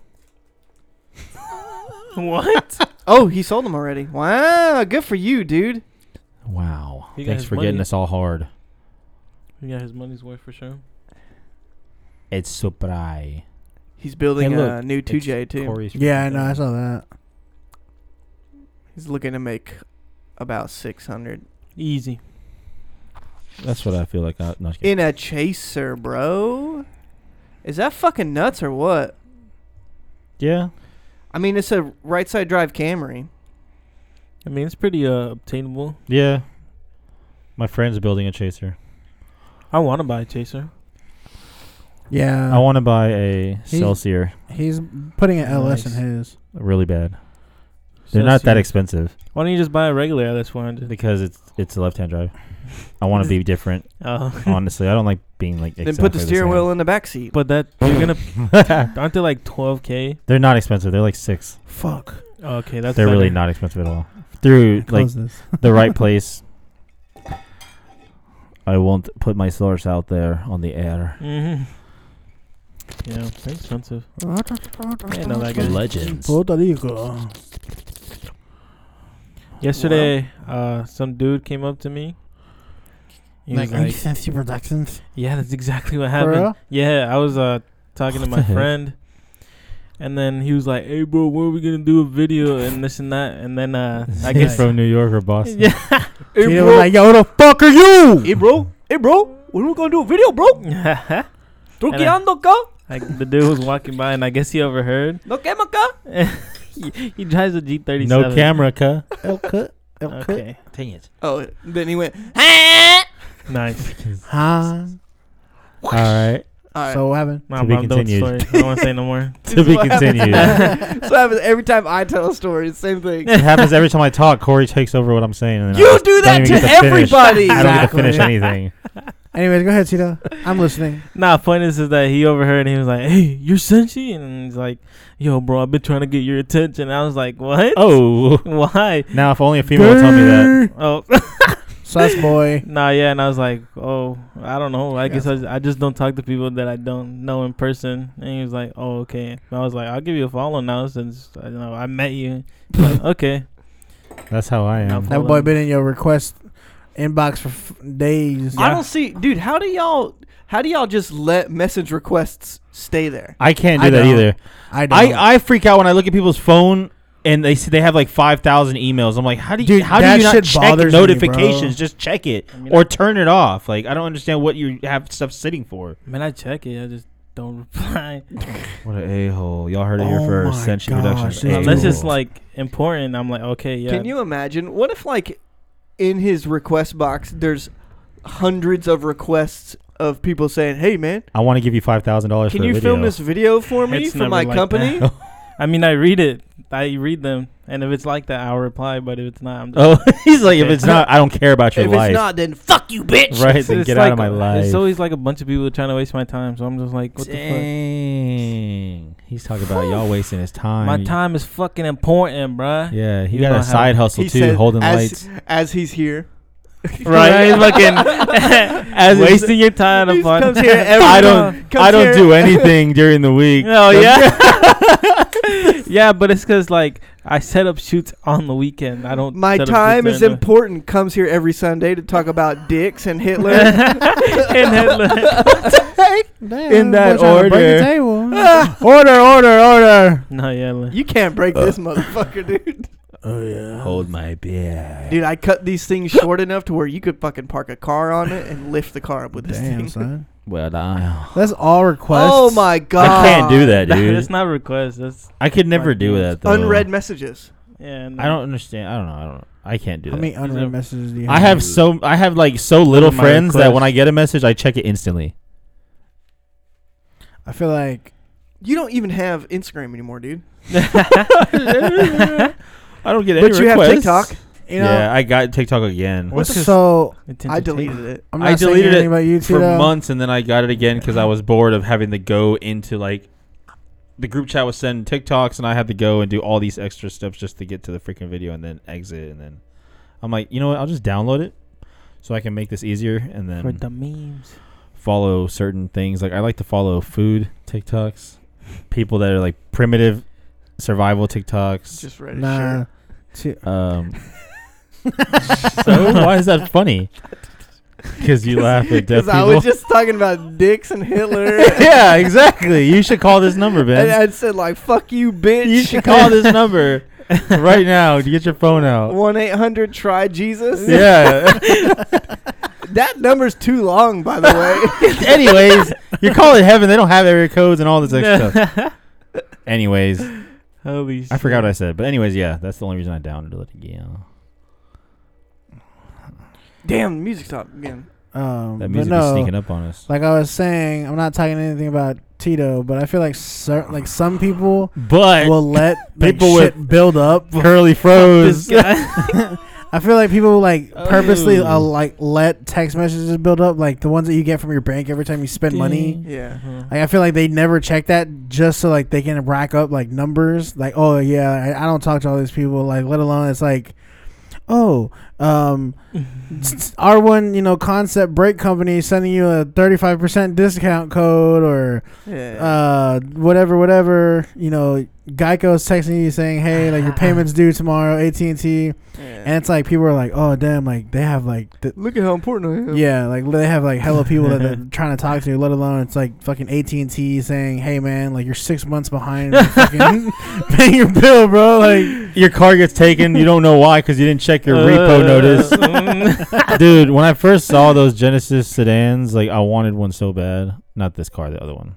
S4: what?
S5: Oh, he sold them already. Wow, good for you, dude.
S1: Wow.
S4: He got
S1: Thanks
S4: his
S1: for getting
S4: money.
S1: us all hard.
S4: He got his money's worth for sure.
S1: It's super high.
S5: He's building
S1: Hey,
S5: a
S1: look,
S5: new 2J too.
S1: Corey's-
S2: Yeah, I know. I saw that.
S5: He's looking to make about 600
S4: Easy.
S1: That's what I feel like. I, no, just kidding.
S5: in a chaser, bro. Is that fucking nuts or what?
S3: Yeah.
S5: I mean, it's a right side drive Camry.
S4: I mean, it's pretty uh, obtainable.
S3: Yeah. My friend's building a chaser.
S4: I want to buy a chaser.
S2: Yeah,
S3: I want to buy a Celsior
S2: he's putting an LS
S4: Nice.
S2: in his.
S3: really bad. They're not that expensive
S4: Why don't you just buy a regular LS 400?
S3: because it's it's a left-hand drive. I want to be different.
S4: Oh,
S3: Honestly, I don't like being like.
S5: then put the
S3: exactly
S5: steering
S3: same.
S5: wheel in the back seat.
S4: but that you're gonna aren't they like 12k?
S3: They're not expensive. They're like six.
S2: Fuck.
S4: Okay, that's
S3: They're really
S4: better.
S3: not expensive at all. Through like
S2: Close this.
S3: the right place. I won't put my source out there on the air.
S4: Mhm. Yeah, they're expensive. I know that guy.
S3: Legends.
S2: Puerto Rico.
S4: Yesterday, uh, some dude came up to me. He
S2: Like,
S4: was like,
S2: Incense Productions.
S4: yeah, that's exactly what
S2: For
S4: happened.
S2: real?
S4: Yeah, I was uh talking to
S3: What
S4: my
S3: the heck?
S4: friend, and then he was like, "Hey, bro, when are we gonna do a video and this and that?" And then uh, I
S3: He's
S4: guess
S3: from New York or Boston.
S4: yeah,
S5: Hey,
S2: Tito
S5: bro.
S2: was like, yo, who the fuck are you?
S5: hey, bro. Hey, bro. When we gonna do a video, bro? Truqueando, ca.
S4: like the dude was walking by, and I guess he overheard.
S5: No camera, ca.
S4: he, he drives a G thirty
S1: No
S4: seven.
S1: camera, cuh.
S2: Okay.
S4: Okay,
S3: Dang it.
S5: Oh, then he went.
S4: nice.
S2: Huh?
S1: All right.
S5: All right.
S2: So what happened?
S4: My
S1: To be
S4: mom don't
S1: continued.
S4: story. I don't want to say no more.
S3: To be
S5: This is what
S3: continued.
S5: happens- so happens every time I tell a story. It's the same thing.
S1: It happens every time I talk. Corey takes over what I'm saying. And then I
S5: You
S1: just
S5: do
S1: don't
S5: that
S1: even get
S5: to
S1: finish.
S5: everybody.
S1: I don't get to finish
S2: Exactly.
S1: anything.
S2: Anyways, go ahead, Tito. I'm listening.
S4: Nah, point is, is that he overheard and he was like, "Hey, you're Senshi," and he's like, "Yo, bro, I've been trying to get your attention." I was like, "What?
S1: Oh,
S4: Why?"
S1: now if only a female would tell me that.
S4: Oh,
S2: Sus boy.
S4: Nah, yeah, and I was like, oh, I don't know. I guess I just, I just don't talk to people that I don't know in person. And he was like, oh, okay. And I was like, I'll give you a follow now since I know I met you. Like, okay,
S1: That's how I am.
S4: Now-
S2: That boy been in your request inbox for f- days.
S5: I don't see, dude. How do y'all? How do y'all just let message requests stay there?
S1: I can't do
S2: I
S1: that
S2: don't.
S1: either.
S2: I don't.
S1: I, I freak out when I look at people's phone and they see they have like five thousand emails. I'm like, how do you
S2: Dude,
S1: how do
S2: that
S1: you not
S2: shit
S1: check
S2: bothers me,
S1: notifications?
S2: bro.
S1: Just check it
S4: I mean,
S1: or turn it off. Like I don't understand what you have stuff sitting for.
S4: man, I check it. I just don't reply
S1: What an a hole! Y'all heard it
S2: Oh
S1: here
S2: my
S1: first. Senshi
S2: gosh,
S1: Productions.
S2: dude.
S4: unless it's
S1: A-hole.
S4: like important. I'm like, okay, yeah.
S5: Can you imagine? What if like in his request box there's hundreds of requests of people saying, "Hey man,
S1: I want to give you five thousand dollars.
S5: can
S1: for a
S5: you
S1: video.
S5: film this video for me
S4: It's
S5: for
S4: never
S5: my
S4: like
S5: company?"
S4: that. I mean, I read it. I read them, and if it's like that, I'll reply. But if it's not, I'm just
S1: Oh, he's like, if
S4: Okay.
S1: it's not, I don't care about your
S5: if
S1: life.
S5: it's not, then fuck you, bitch.
S1: right, then
S4: it's
S1: get
S4: like-
S1: out of my life.
S4: It's always like a bunch of people trying to waste my time. So I'm just like, what the fuck.
S1: Dang. He's talking about y'all wasting his time.
S4: My time is fucking important, bruh.
S1: Yeah, he
S4: You
S1: got
S4: don't
S1: a
S4: have-
S1: side hustle
S5: He
S1: too,
S5: said,
S1: holding
S5: as,
S1: lights.
S5: as he's here.
S4: Right? Fucking
S1: As
S4: wasting your time
S5: He
S4: upon.
S5: comes here every
S1: I
S5: time.
S1: don't.
S5: Comes
S1: I don't
S5: here-
S1: do anything during the week.
S4: Oh yeah, yeah, but it's because like I set up shoots on the weekend. I don't.
S5: My
S4: set up
S5: time
S4: shoots
S5: is
S4: during the-
S5: important. Comes here every Sunday to talk about dicks and Hitler.
S4: and Hitler.
S2: Damn,
S1: in that
S2: boy trying to break
S1: order.
S2: the table.
S1: order, order, order.
S4: no, yeah, li-
S5: you can't break this motherfucker, dude.
S2: oh yeah.
S1: Hold my beer.
S5: Dude, I cut these things short enough to where you could fucking park a car on it and lift the car up with this
S2: Damn,
S5: thing.
S2: son.
S1: Well, I,
S2: That's all requests.
S5: Oh my god!
S1: I can't do that,
S4: that's
S1: dude.
S4: not a request. That's
S1: I could never
S4: Like,
S1: do that. Though.
S5: Unread messages.
S4: yeah. no.
S1: I don't understand. I don't know. I don't. I can't do
S2: How
S1: that.
S2: many
S4: These
S2: unread
S4: are-
S2: messages do you have?
S1: I have so. I have like so little
S4: my
S1: friends that when
S4: requests.
S1: I get a message, I check it instantly.
S2: I feel like
S5: You don't even have Instagram anymore, dude.
S1: I don't get
S5: But you have TikTok.
S2: you know.
S1: yeah, I got TikTok again
S4: What's this-
S2: so
S4: It's
S5: I
S4: entertaining.
S5: deleted it.
S2: I'm
S1: I
S2: not saying
S1: deleted
S2: anything
S1: it
S2: about you,
S1: for
S2: Tito.
S1: months, and then I got it again because I was bored of having to go into like the group chat was sending TikToks, and I had to go and do all these extra steps just to get to the freaking video and then exit, and then I'm like, you know what? I'll just download it so I can make this easier, and
S4: for
S1: then
S4: the memes.
S1: follow certain things. Like I like to follow food TikToks, people that are like primitive survival TikToks.
S5: Just read it.
S2: Nah.
S5: Sure.
S2: Ti-
S1: Um, so why is that funny? Because you laugh at deaf
S5: Because
S1: people.
S5: I was just talking about dicks and Hitler.
S1: yeah, exactly. You should call this number,
S5: And
S1: Ben.
S5: I said like, "Fuck you, bitch."
S1: You should call this number. right now. Get your phone out.
S5: One eight hundred try Jesus.
S1: Yeah.
S5: That number's too long, by the way.
S1: Anyways, you call it heaven. They don't have area codes and all this extra stuff. Anyways,
S4: Holy shit.
S1: I forgot what I said. But anyways, yeah, that's the only reason I downloaded it again.
S5: Damn, the music stopped again.
S2: Um,
S1: That
S2: but
S1: music is
S2: no,
S1: sneaking up on us.
S2: like I was saying, I'm not talking anything about Tito, but I feel like cer- like some people
S1: But
S2: will let like,
S1: people
S2: shit build up.
S1: curly
S4: This
S1: froze.
S4: guy.
S2: I feel like people like purposely
S1: Oh.
S2: uh, like let text messages build up, like the ones that you get from your bank every time you spend money.
S5: Yeah.
S2: Like I feel like they never check that just so like they can rack up like numbers. Like oh yeah, I, I don't talk to all these people. Like let alone it's like oh um R one you know concept brake company sending you a thirty five percent discount code or
S5: Yeah.
S2: uh whatever whatever you know Geico's texting you saying hey like your payments due tomorrow AT and T
S5: yeah.
S2: and it's like people are like oh damn like they have like th-
S5: Look at how important I am.
S2: yeah, like they have like hella people that they're trying to talk to. Let alone it's like fucking AT and T saying, "Hey man, like you're six months behind on fucking paying your bill, bro." Like
S1: your car gets taken. You don't know why because you didn't check your repo notice.
S4: notice.
S1: Dude, when I first saw those Genesis sedans, like I wanted one so bad. Not this car, the other one.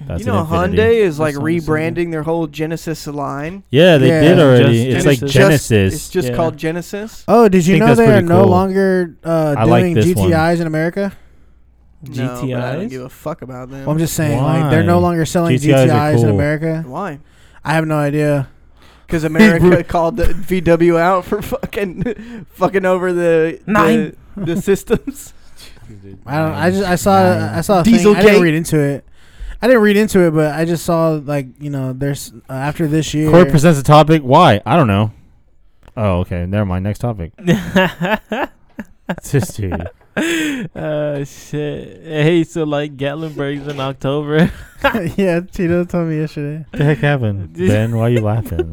S1: That's
S5: you
S1: an
S5: know,
S1: Infiniti.
S5: Hyundai is like
S4: That's not the same.
S5: rebranding their whole Genesis line.
S1: Yeah, they
S2: Yeah.
S1: did already. it's
S4: Just
S1: like
S4: Genesis.
S5: Just-
S1: Genesis.
S5: It's just
S4: yeah.
S5: called Genesis.
S2: oh, did you
S1: Think
S2: know
S1: that's
S2: they are
S1: pretty
S2: no
S1: cool.
S2: longer uh,
S1: I
S2: doing
S1: like this
S2: GTI's
S1: one.
S2: in America?
S5: No, but I don't
S4: GTIs?
S5: give a fuck about them.
S2: Well, I'm just saying, like they're no
S1: Why?
S2: longer selling
S1: GTIs are
S2: GTIs, in
S1: cool.
S2: America.
S5: Why?
S2: I have no idea.
S5: Because America called the VW out for fucking fucking over the
S4: Nine.
S5: the, the systems.
S2: I don't. I just I saw I saw a thing. I
S5: Dieselgate.
S2: didn't read into it. I didn't read into it, but I just saw like you know there's uh, after this year.
S1: Court presents a topic. Why? I don't know. Oh, okay. Never mind. Next topic. It's just dude.
S4: uh, shit. Hey, so like Gatlinburg's in October.
S2: yeah, Tito told me yesterday.
S1: What the heck happened, Ben? Why are you laughing?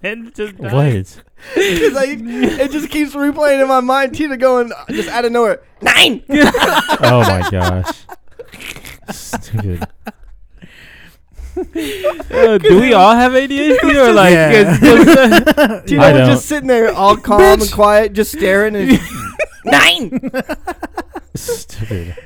S4: ben just died.
S1: What?
S5: 'Cause I- it just keeps replaying in my mind. Tina going uh, just out of nowhere. Nine.
S1: Oh my gosh. Stupid.
S4: Uh, do we all have ADHD or like?
S2: Yeah.
S4: it's just- uh,
S5: Tina
S1: I
S5: was
S1: don't.
S5: just sitting there all calm and quiet, just staring and nine.
S1: Stupid.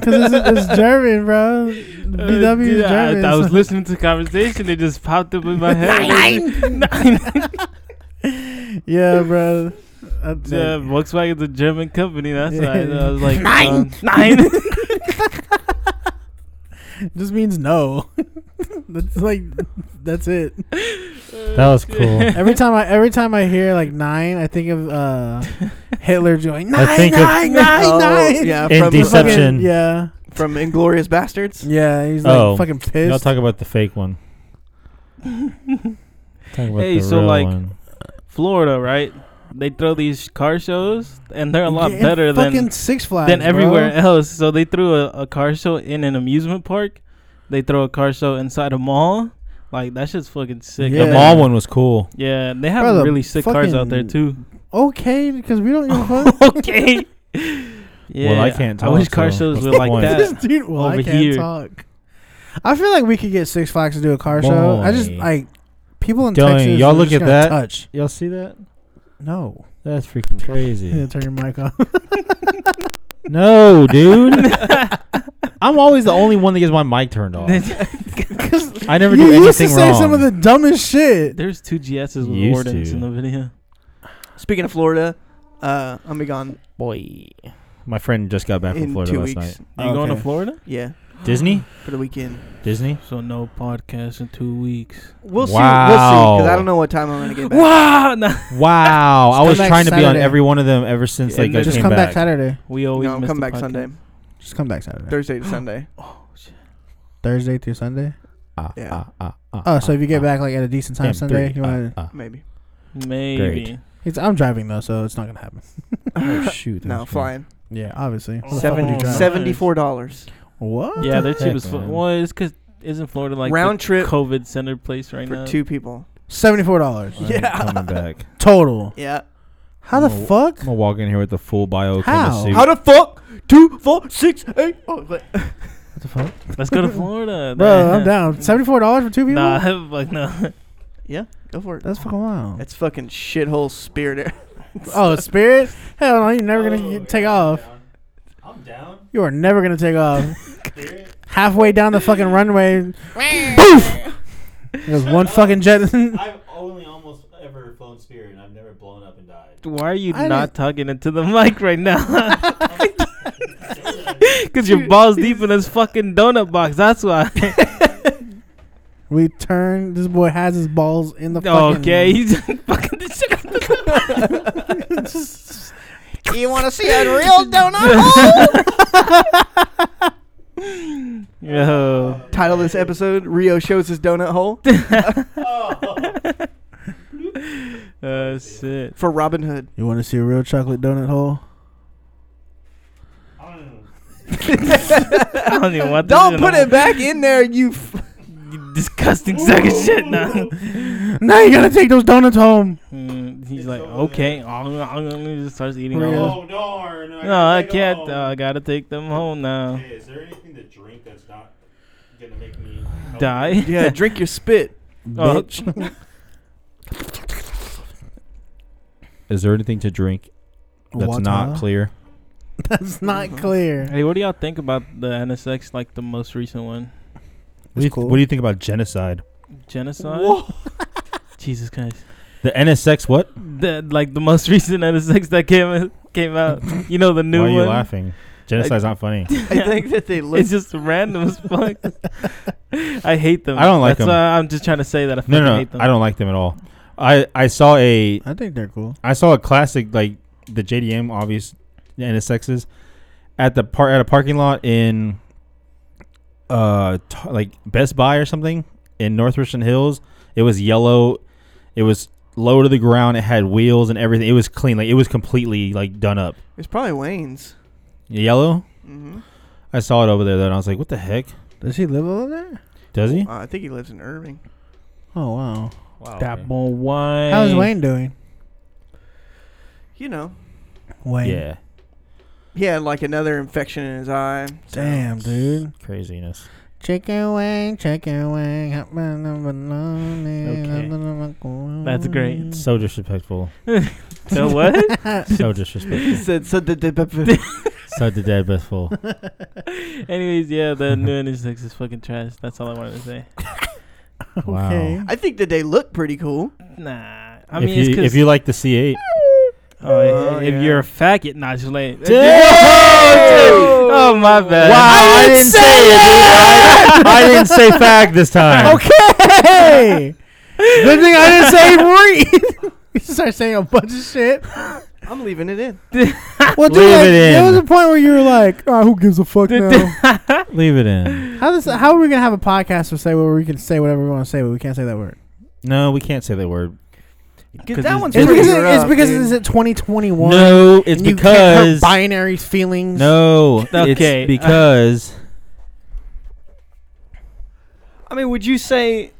S2: Because it's, it's German, bro. BW
S4: uh,
S2: is
S4: dude,
S2: German.
S4: I, I
S2: so-
S4: was listening to the conversation. It just popped up in my head.
S2: yeah, bro. That's
S4: Yeah,
S2: it.
S4: Volkswagen's a German company. That's
S2: Yeah.
S4: why I was like
S5: Nine.
S4: um, nine.
S2: Just means no. that's like, that's it.
S1: That was cool.
S2: Every time I, every time I hear like nine, I think of uh, Hitler going nine,
S1: think of-
S2: nine, nine,
S5: Oh,
S2: nine."
S5: yeah,
S1: In
S5: from,
S1: Decep-
S2: Fucking-
S1: Inception.
S2: yeah,
S5: from Inglorious Bastards.
S2: yeah. He's like
S1: Oh.
S2: fucking
S1: Y'all
S2: pissed.
S1: talk about the fake one. Talk about
S4: Hey,
S1: the
S4: so,
S1: real
S4: like,
S1: one.
S4: Florida, right? They throw these car shows, and they're a lot
S2: Yeah,
S4: better
S2: fucking
S4: than
S2: Six Flags.
S4: than everywhere
S2: bro.
S4: else. So they threw a, a car show in an amusement park. They throw a car show inside a mall. Like that shit's fucking sick.
S1: the
S2: yeah.
S1: mall one was cool.
S4: Yeah, they have
S2: Brother,
S4: really sick cars out there too.
S2: Okay, because we don't give a fuck.
S4: okay. Yeah,
S1: I can't
S4: I wish
S1: talk,
S4: car
S1: so
S4: shows
S1: what's
S4: were
S1: the
S4: like
S1: point?
S2: This
S4: that.
S2: dude, well, I
S4: over
S2: can't
S4: here.
S2: talk. I feel like we could get Six Flags to do a car show. I just
S1: Boy.
S2: like people in
S1: Dang,
S2: Texas.
S1: y'all
S2: are
S1: look
S2: just
S1: at
S2: gonna
S1: that.
S2: touch.
S1: Y'all see that?
S2: No,
S1: That's freaking
S2: yeah,
S1: crazy.
S2: turn your mic off.
S1: no, dude. I'm always the only one that gets my mic turned off. I never do
S2: you
S1: anything
S2: used to say
S1: wrong.
S2: some of the dumbest shit.
S4: There's two GSs with
S1: Used
S4: wardens
S1: to.
S4: in the video.
S5: Speaking of Florida, uh, I'm be gone
S1: Boy, my friend just got back
S5: in
S1: from Florida
S5: two
S1: last
S5: weeks.
S1: night.
S4: You going to
S2: Okay.
S4: Florida?
S5: Yeah,
S1: Disney,
S5: for the weekend.
S1: Disney.
S4: So no podcast in two weeks.
S5: We'll see. We'll see. Because I
S1: Wow.
S5: don't know what time I'm gonna get back.
S4: Wow! Nah.
S1: Wow, I
S2: Just
S1: was
S2: come back
S1: trying to be on
S2: Saturday.
S1: every one of them ever since
S4: Yeah,
S1: like I
S4: and then
S2: Just
S1: came
S2: come back.
S1: back.
S2: Saturday.
S4: We always
S5: No, I'm
S4: miss
S5: coming
S4: the
S5: back
S4: podcast.
S5: Sunday,
S2: Just come back Saturday.
S5: Thursday to Sunday.
S2: Thursday through Sunday.
S1: Ah,
S5: Yeah.
S1: ah, ah, ah,
S2: Oh, so if you
S1: ah,
S2: get back like at a decent time
S1: and
S2: Sunday,
S1: three,
S2: you
S1: ah,
S2: want?
S1: ah.
S5: Maybe.
S4: Maybe.
S2: It's I'm driving though, so it's not gonna happen.
S1: Oh shoot!
S5: No, flying.
S2: Yeah, obviously. What the fuck would you
S5: Seven,
S2: drive?
S4: seven-
S5: Seventy-four dollars
S2: What?
S4: Yeah, they're
S1: Heck,
S4: cheap as fuck.
S1: man.
S4: Well, it's because isn't Florida like
S5: round
S4: the
S5: trip
S4: COVID center place right
S5: for
S4: now?
S5: two people.
S2: Seventy-four dollars
S1: I ain't
S5: Yeah.
S1: coming back.
S2: total.
S5: Yeah.
S2: How the
S1: No.
S2: fuck?
S1: I'm gonna walk in here with the full bio
S2: How?
S1: suit.
S5: How the fuck? Two, four, six, eight. Oh, wait.
S2: What the fuck?
S4: Let's go to Florida,
S2: Bro, I'm down. Seventy-four dollars for two people.
S4: Nah, fuck no.
S5: Yeah. Go for it.
S2: That's fucking wild.
S5: That's fucking shithole spirit.
S2: Oh, Spirit? Hell no, you're never
S1: Oh.
S2: gonna get- take off.
S6: I'm down.
S2: You are never gonna take off. Halfway down the fucking runway, there's one fucking jet.
S6: I've only almost ever flown Spirit, and I've never blown up and died.
S4: Why are you
S2: I
S4: not talking into the mic right now? Because your balls deep in this fucking donut box. That's why.
S2: we turn. This boy has his balls in the fucking.
S4: okay, he's fucking.
S5: you want to see a real donut?
S4: Yo,
S5: Title of this episode: Rio shows his donut hole
S6: Oh.
S4: uh, shit.
S5: for Robin Hood.
S2: You want to see a real chocolate donut hole?
S4: I don't even want.
S5: Don't
S4: this
S5: put
S4: in
S5: it back in there, you. F-
S4: a disgusting sack of shit now.
S2: Now you gotta take those donuts home.
S4: Mm, he's
S6: It's
S4: like,
S6: over
S4: okay, he just starts eating.
S2: Hurry
S4: all
S2: up.
S4: of-
S6: Oh darn!
S4: No, I can't. Uh, I gotta take them home now.
S6: Hey, is there anything to drink that's not gonna make me
S4: Die.
S5: yeah, drink your spit.
S4: Oh.
S2: Bitch.
S1: Is there anything to drink Oh. that's
S2: Water.
S1: not clear?
S2: That's not clear.
S4: Hey, what do y'all think about the NSX? Like the most recent one,
S1: What do, you,
S2: It's cool.
S1: what do you think about genocide?
S4: genocide.
S5: Whoa.
S4: Jesus Christ.
S1: The NSX what?
S4: The like the most recent NSX that came came out. You know the new
S1: Why are
S4: one.
S1: you laughing? Genocide's not funny.
S5: I think that they look.
S4: It's just random as fuck. I hate them.
S1: I don't like
S4: That's
S1: 'em.
S4: why I'm just trying to say that I fucking
S1: No, no,
S4: hate them.
S1: I don't like them at all. I I saw a
S2: I think they're cool.
S1: I saw a classic like the JDM obvious NSXs at the par- at a parking lot in uh t- like Best Buy or something in North Richmond Hills. It was yellow. It was low to the ground. It had wheels and everything. It was clean. Like it was completely like done up.
S5: It's probably Wayne's.
S1: Yellow.
S5: hmm
S1: I saw it over there though, and I was like, "What the heck?
S2: Does he live over there?
S1: Does he?"
S5: Uh, I think he lives in Irving.
S2: Oh wow.
S1: Wow.
S4: That boy Wayne.
S2: How's Wayne doing?
S5: You know,
S2: Wayne.
S1: Yeah.
S5: he had like another infection in his eye. so-
S2: Damn, dude.
S1: Craziness.
S2: Chicken wing, chicken wing, hot banana bologna.
S4: That's great.
S1: So disrespectful.
S4: So what?
S1: So disrespectful.
S5: Said- said the- the- the-
S1: so the dead best fool.
S4: Anyways, yeah, the new NSX is fucking trash. That's all I wanted to say.
S1: Wow.
S2: Okay.
S5: I think that they look pretty cool.
S4: Nah, I
S1: if
S4: mean, it's
S1: you
S4: 'cause-
S1: if you like the C8,
S4: Oh,
S5: Oh,
S4: if
S5: yeah.
S4: you're a faggot, not just late.
S1: Dude!
S4: Oh my bad.
S1: Wow, I, didn't, say, it. dude. I, I didn't say fag this time.
S2: Okay. Oh. Good thing I didn't say read. you start saying a bunch of shit.
S5: I'm leaving it in.
S2: Well, dude,
S1: Leave
S2: like,
S1: it in.
S2: there was a point where you were like, oh, "Who gives a fuck now?"
S1: Leave it in.
S2: how does how are we gonna have a podcast to say where we can say whatever we want to say, but we can't say that word?
S1: No, we can't say that word.
S5: 'Cause
S4: 'Cause
S5: that
S4: it's
S5: one's
S2: It's
S5: pretty
S2: because
S5: rough,
S2: it's because
S5: dude.
S2: it's at 2021.
S1: No, it's
S2: and you can't hurt
S1: because
S2: binary feelings.
S1: no,
S4: Okay,
S1: okay,
S4: uh,
S1: it's because
S5: I mean, would you say?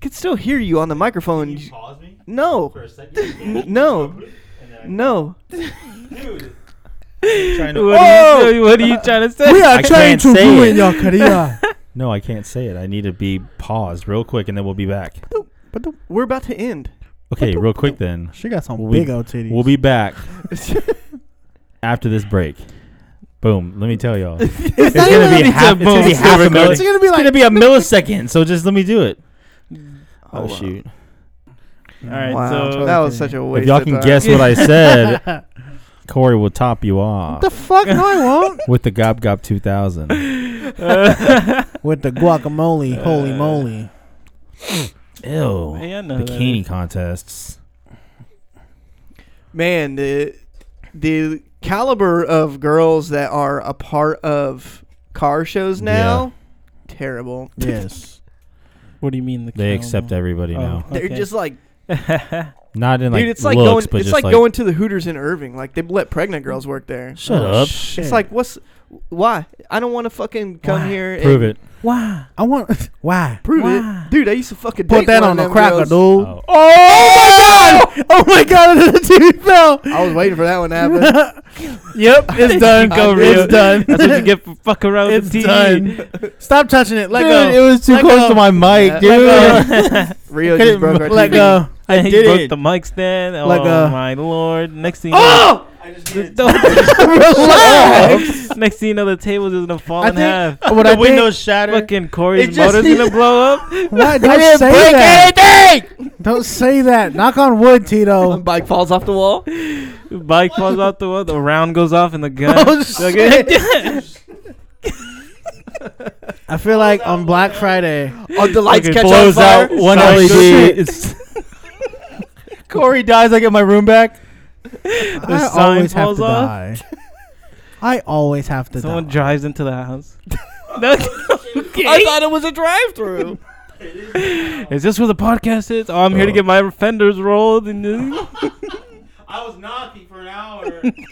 S5: Could still hear you on the microphone.
S6: Can you
S5: You-
S6: pause me
S5: No,
S6: for a second?
S5: no,
S6: And then I-
S5: no.
S6: Dude,
S4: What, are you, what are you trying to say?
S2: we are
S1: I
S2: trying to
S1: can't say
S2: ruin
S1: it.
S2: your career.
S1: no, I can't say it. I need to be paused real quick, and then we'll be back.
S5: But the- we're about to end.
S1: Okay, real quick then.
S2: she got some
S1: We'll be-
S2: big old titties.
S1: We'll be back
S5: Oh,
S1: after this break. Boom. Let me tell y'all. It's,
S2: not
S1: gonna
S2: even
S1: be
S4: a
S1: half. It's
S4: boom,
S1: gonna be
S4: it's
S1: half a
S4: recording.
S1: milli-
S2: It's gonna be
S1: It's
S2: like
S1: gonna be a millisecond. So just let me do it.
S5: Oh, wow.
S1: Oh shoot.
S4: All right,
S5: wow,
S4: so
S5: that was such a waste.
S1: If y'all
S5: of
S1: can
S5: time.
S1: guess what I said, Corey will top you
S2: What
S1: off
S2: the fuck? No, I won't.
S1: with the Gob Gob 2000.
S4: Uh,
S2: With the guacamole,
S1: Uh,
S2: holy moly.
S1: Ew.
S4: yeah, I know who Oh, that
S1: Bikini
S4: is.
S1: contests.
S5: man, the the caliber of girls that are a part of car shows now, terrible.
S2: Yes.
S4: What do you mean? The
S1: They
S4: clown?
S1: accept everybody
S4: Oh,
S1: now.
S5: They're
S4: okay.
S5: just like,
S1: Not in like
S5: dude, it's like
S1: looks, but
S5: going, it's
S1: just
S5: like,
S1: like,
S5: going to the Hooters in Irving. Like they let pregnant girls work there.
S1: Shut
S2: Oh,
S1: up.
S2: shit.
S5: It's like, what's why? I don't want to fucking come
S4: Why?
S5: here.
S1: Prove
S5: and-
S1: it.
S4: Why?
S2: I want why
S5: Prove
S4: Why?
S5: it, dude. I used to fucking
S2: put
S5: date
S2: that
S5: one
S2: on
S5: of
S2: a
S5: them
S2: cracker,
S5: girls.
S2: dude.
S3: Oh.
S2: Oh my god! Oh my god! The TV fell.
S5: I was waiting for that one to happen.
S2: Yep, it's done.
S4: Go real.
S2: it's done.
S4: That's what you get for fuck around
S2: It's
S4: with the TV.
S2: done. Stop touching it. Let
S1: dude,
S2: go.
S1: it was too
S2: Let
S1: close
S2: go.
S1: to my mic,
S5: Yeah.
S1: dude.
S5: Rio
S1: Couldn't
S5: just broke our
S2: Let
S5: TV.
S2: go.
S4: I
S1: did
S4: broke
S1: it.
S4: the mic stand. Oh
S2: Like, uh,
S4: my lord! Next thing, you know,
S5: Oh!
S4: the-
S1: Oh.
S4: the- next thing you know, the table's just gonna fall
S2: I
S4: in
S2: think-
S4: half.
S2: What I think?
S1: shattered.
S4: Fucking Corey's
S1: It just
S4: motor's
S1: needs-
S4: gonna blow up.
S2: Why don't
S1: didn't
S2: say
S1: break
S2: that? Oh. Don't say that. Knock on wood,
S5: The
S2: Tito.
S5: bike falls off the wall.
S4: Bike falls off the wall. The round goes off, and the gun.
S2: Oh, I feel like on Black Friday,
S5: Oh, the lights
S4: Fucking
S5: catch
S1: blows
S5: on fire.
S1: out one
S3: Sorry,
S1: LED.
S3: shit.
S1: It's Corey dies. I get my room back.
S2: I
S4: sign
S2: always have
S4: falls
S2: to
S4: off?
S2: die. I always have to
S4: Someone
S2: die.
S4: drives into the house. No, okay.
S5: I thought it was a drive-through.
S4: Is this where the podcast is? Oh, I'm
S3: Uh,
S4: here to get my fenders rolled. And then-
S1: I was knocking for an hour. you didn't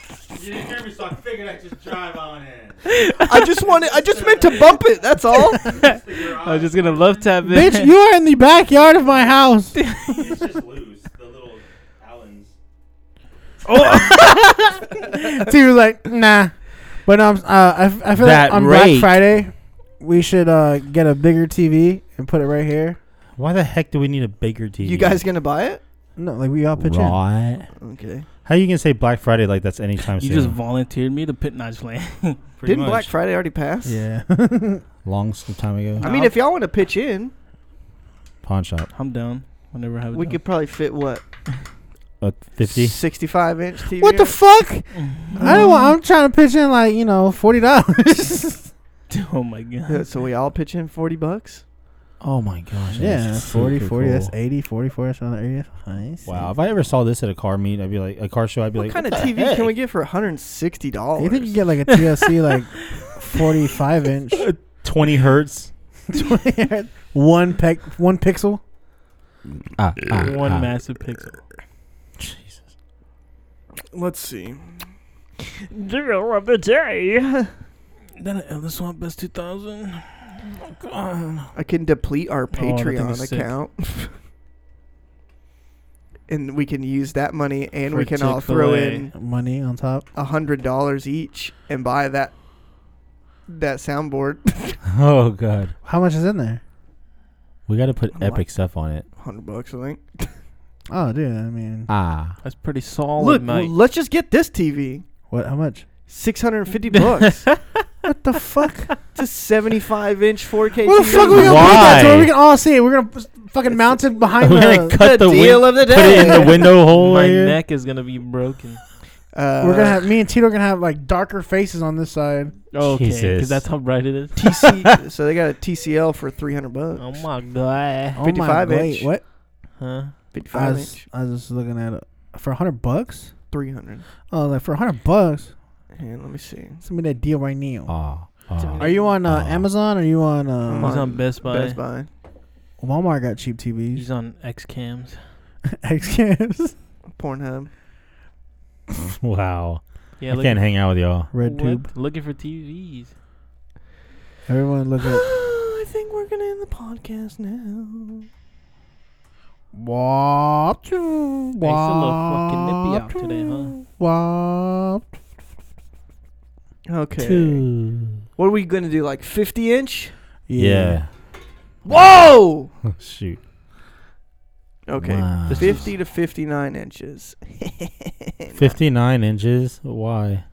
S1: hear me, so I figured I'd just drive on in.
S5: I just wanted. I just meant to bump it. That's all.
S4: I was just gonna love tap it.
S2: Bitch, you are in the backyard of my house.
S1: It's just loose. The little Allen's.
S2: T was like, nah. But um, uh, I, f- I feel
S3: That
S2: like on
S3: rake.
S2: Black Friday, we should uh, get a bigger TV and put it right here.
S3: Why the heck do we need a bigger TV?
S5: You guys gonna buy it?
S2: No, like we all pitch in.
S3: right?
S5: Okay.
S3: How you gonna say Black Friday like that's anytime
S4: You
S3: soon?
S4: just volunteered me to pit notch land.
S3: Pretty
S5: Didn't
S3: much.
S5: Black Friday already pass?
S2: Yeah.
S3: long some time ago?
S5: I mean, if y'all want to pitch in,
S3: Pawn shop.
S4: I'm down. I'll never have a
S5: we
S4: job.
S5: could probably fit what
S3: Uh, Fifty.
S5: 65 inch TV.
S2: what the fuck? I don't want, I'm trying to pitch in like you know forty dollars.
S4: Oh my
S5: Yeah,
S4: god.
S5: so we all pitch in 40 bucks.
S3: Oh my gosh. that
S2: yeah,
S3: is
S2: 40,
S3: super
S2: 40, that's
S3: cool.
S2: 80, 44, that's another 80. That's nice.
S3: Wow. If I ever saw this at a car meet, I'd be like a car show. I'd be
S5: What
S3: like,
S5: kind of
S3: "What the
S5: TV
S3: heck?"
S5: can we get for 160 dollars?
S2: You think you get like a TLC like 45 inch,
S3: Twenty hertz.
S2: 20 one pec, one pixel?
S3: Ah, ah,
S4: One
S3: ah.
S4: massive pixel.
S3: Jesus.
S5: Let's see.
S4: Deal of the day. Then Ellis Swamp Best 2000. Oh god.
S5: I can deplete our
S4: thing
S5: Patreon
S4: is sick.
S5: account. and we can use that money and
S4: For
S5: we can all throw
S4: Chick-fil-A.
S5: in
S2: Money on top.
S5: a $100 each and buy that that soundboard.
S3: Oh god.
S2: How much is in there?
S3: We got to put
S5: I'm like-
S3: epic stuff on it.
S5: 100 bucks, I think.
S2: Oh, dude, I mean,
S3: Ah.
S4: That's pretty solid,
S5: Look,
S4: mate.
S5: let's just get this TV.
S2: what? How much?
S5: 650 bucks.
S2: What the fuck?
S5: it's a 75 inch 4K
S2: Where the
S5: TV.
S2: fuck are we gonna put that? So
S3: Why?
S2: we can all see it. We're gonna fucking mount it behind
S3: We're
S2: the.
S3: gonna cut the,
S5: deal
S3: win-
S5: of the
S3: put it in
S5: day.
S3: the window hole.
S4: My
S3: right here.
S4: neck is gonna be broken.
S5: Uh,
S2: we're gonna have me and Tito are gonna have like darker faces on this side.
S4: Okay,
S3: Jesus.
S4: because that's how bright it is.
S5: TC. so they got a TCL for 300 bucks.
S4: Oh my god.
S2: Oh my
S5: 55
S2: god,
S5: inch.
S2: What?
S4: Huh?
S5: 55
S2: I was,
S5: inch,
S2: I was just looking at it for hundred bucks.
S5: 300.
S2: Oh, like for hundred bucks,
S5: And let me see.
S2: send me that deal right now.
S3: Ah.
S5: Damn.
S3: ah.
S2: Are you on uh,
S3: Oh.
S2: Amazon? Or are you on
S5: I'm
S4: He's
S2: uh,
S4: on Best Buy.
S5: Best Buy.
S2: Walmart? Got cheap TVs.
S4: He's on X Cams.
S2: X Games.
S5: Pornhub.
S3: Wow.
S4: Yeah,
S3: I can't hang out with y'all.
S2: Red Tube.
S4: Looking for TVs.
S2: Everyone look at.
S5: I think we're going to end the podcast now.
S2: Wop.
S4: little fucking nippy out today,
S2: Wop.
S5: Okay. What are we going to do? Like 50 inch?
S3: Yeah.
S5: Whoa!
S3: Shoot.
S5: Okay.
S3: Wow.
S5: 50 to 59 inches.
S3: 59 inches. Why?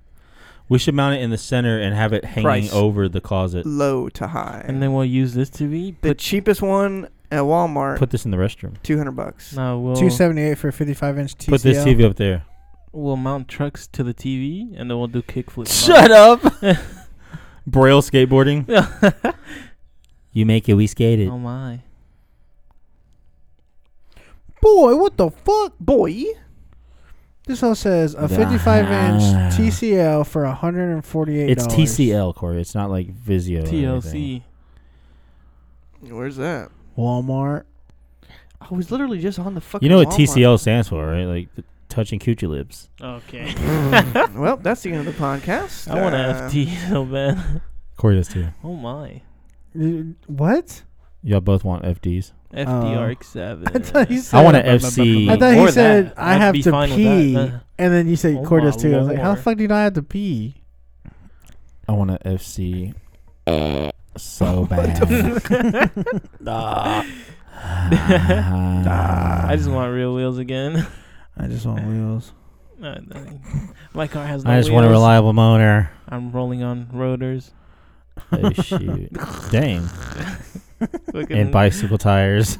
S3: We should mount it in the center and have it hanging
S5: Price.
S3: over the closet.
S5: Low to high.
S4: And then we'll use this TV.
S5: the
S4: But
S5: cheapest one at Walmart,
S3: Put this in the restroom.
S5: 200 bucks.
S4: no, we'll
S2: Two seventy eight for fifty five inch TCL.
S3: Put this TV up there.
S4: we'll mount trucks to the TV, and then we'll do kickflips.
S3: Shut up. Braille skateboarding.
S4: up.
S3: You make it, we skate
S4: oh my!
S2: Boy, what the fuck?
S5: Boy.
S2: This one says a
S3: Yeah.
S2: 55 inch TCL for 148.
S3: It's TCL, Corey. It's not like Vizio. or anything.
S4: TLC.
S5: Where's that?
S2: Walmart.
S5: I was literally just on the fucking
S3: You know what
S5: Walmart.
S3: TCL stands for, right? Like the touching coochie lips.
S4: Okay.
S5: well, that's the end of the podcast.
S4: I want
S5: Uh,
S4: an FT so bad.
S3: Corey does too.
S4: Oh my!
S2: What?
S1: Y'all both want FDs.
S4: FDR seven.
S2: Uh, I thought you said.
S1: I want an FC.
S2: I thought he
S4: Or
S2: said
S4: that.
S2: I
S4: I'd
S2: have
S4: be
S2: to
S4: fine with
S2: pee,
S4: that, uh.
S2: and then you said
S4: Oh
S2: Cordes
S4: my
S2: too. I was like, how the
S4: lord.
S2: fuck do you not have to pee?
S1: I want an FC so bad.
S4: Uh, I just
S2: Ah.
S4: want real wheels again.
S2: I just want wheels.
S4: No, no. My car has no
S1: I just want a
S4: wheels.
S1: reliable motor.
S4: I'm rolling on rotors.
S1: Oh shoot! Dang.
S4: Fucking-
S1: And bicycle tires.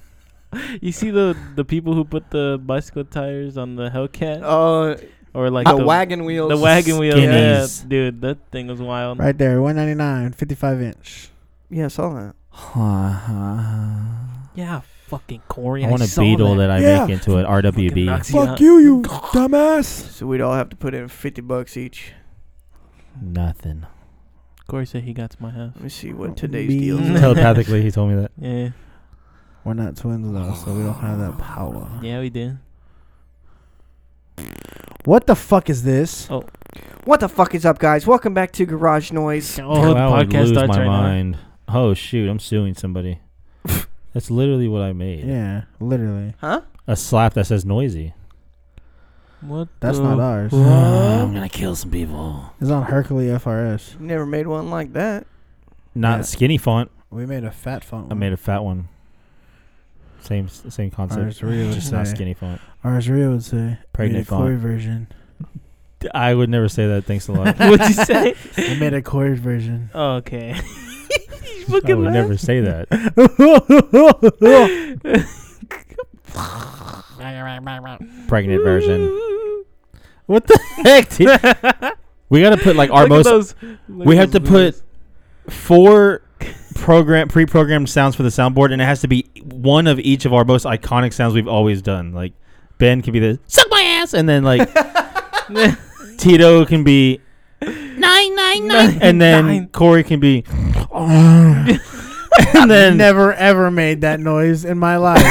S4: you see the the people who put the bicycle tires on the Hellcat
S5: Uh,
S4: or like
S5: the, wagon wheels.
S4: the wagon wheels. Yeah,
S1: Skinnies.
S4: dude, that thing was wild.
S2: Right there, 199, 55 inch.
S5: Yeah, I saw that.
S4: Uh-huh.
S1: I
S4: Yeah, fucking Corey. I,
S1: want a
S4: saw
S1: Beetle that, I
S2: Yeah.
S1: make into an
S4: Fucking
S1: RWB.
S4: knocks you out.
S2: you, you dumbass.
S5: So we'd all have to put in fifty bucks each.
S1: Nothing.
S4: Corey said he got to my house.
S5: Let me see
S3: Oh,
S5: what today's
S2: Me.
S5: deals. Are.
S1: Telepathically, he told me that.
S4: Yeah,
S2: We're not twins though, so we don't have that power.
S4: yeah, we did.
S2: What the fuck is this?
S5: What the fuck is up, guys? Welcome back to Garage Noise.
S4: Oh, the
S1: I would
S4: podcast
S1: lose
S4: starts
S1: my
S4: right
S1: mind. Oh shoot! I'm suing somebody. That's literally what I made.
S2: Yeah, literally.
S5: Huh?
S1: A slap that says noisy.
S4: now. What?
S2: That's
S4: the-
S2: not ours.
S1: I'm gonna kill some people.
S2: It's on Hercules FRS.
S5: Never made one like that.
S1: Not
S2: Yeah.
S1: skinny font.
S2: We made a fat font.
S1: I made a fat one. Same same concept.
S2: Ours really
S1: Just
S2: would
S1: not
S2: say.
S1: skinny font.
S2: Ours Rio would say
S1: Pregnant
S2: made a Corey
S1: font.
S2: version.
S1: I would never say that. Thanks a lot.
S4: What'd you say?
S2: I made a Corey version.
S4: okay. You
S1: I
S4: fucking
S1: would
S4: laugh.
S1: never say that. Pregnant version. What the heck? dude? we gotta put like our
S4: Look
S1: most
S4: at those- look
S1: we
S4: at
S1: have to
S4: those
S1: put-
S4: videos.
S1: four program pre-programmed sounds for the soundboard, and it has to be one of each of our most iconic sounds we've always done. Like Ben can be the suck my ass, and then like Tito can be nine nine nine, and then
S4: Nine.
S1: Corey can be, and then
S2: Never ever made that noise in my life.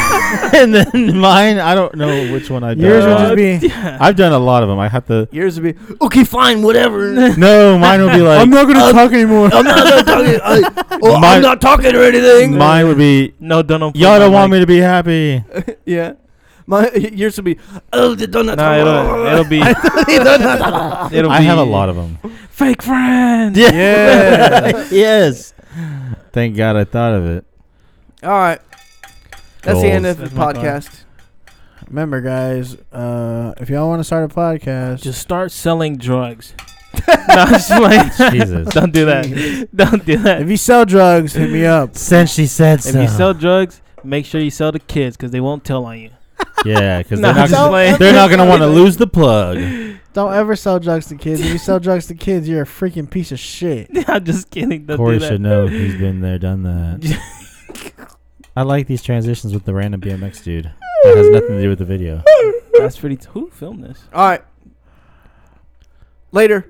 S1: and then mine. I don't know which one I did.
S2: Yours would just
S4: Uh,
S2: be.
S4: yeah.
S1: I've done a lot of them. I have to.
S5: Yours would be okay, fine, whatever.
S1: No, mine would be like.
S2: I'm not gonna talk anymore.
S5: I'm not, talking. I, oh,
S1: My-
S5: I'm not talking or anything.
S1: Mine would be.
S4: No, don't unplug
S1: Y'all
S4: my
S1: don't want
S4: mic.
S1: me to be happy.
S5: yeah. My yours would be oh the donuts.
S4: Nah, it'll, it'll be. it'll
S1: I have a
S4: be
S1: lot of them.
S4: fake friends.
S1: Yeah. yes. Thank God I thought of it.
S5: All right. That's the end
S1: Goals.
S5: of the
S4: That's my thought.
S5: podcast.
S2: Remember, guys, uh, if y'all want to start a podcast,
S4: Just start selling drugs. No, I'm just playing.
S1: Jesus.
S4: don't do that. Don't do that.
S2: if you sell drugs, hit me up.
S1: Since she said
S4: If you sell drugs, make sure you sell to kids because they won't tell on you.
S1: yeah, because
S4: No,
S1: they're not.
S4: I'm just
S1: Gonna,
S4: playing.
S1: they're not gonna want to lose the plug.
S2: Don't ever sell drugs to kids. If you sell drugs to kids, you're a freaking piece of shit.
S4: I'm just kidding. Don't
S1: Corey
S4: do that.
S1: should know. He's been there, done that. I like these transitions with the random BMX dude. That has nothing to do with the video.
S4: That's pretty. T- who filmed this?
S5: All right. Later.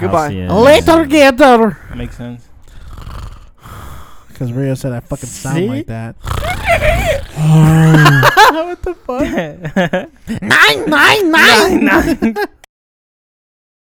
S5: Goodbye.
S1: Halcyon.
S2: gator.
S4: Makes sense.
S2: Because Rio said I fucking sound
S1: See?
S2: like that.
S4: Nine,
S2: Nine, nine, nine.
S4: nine.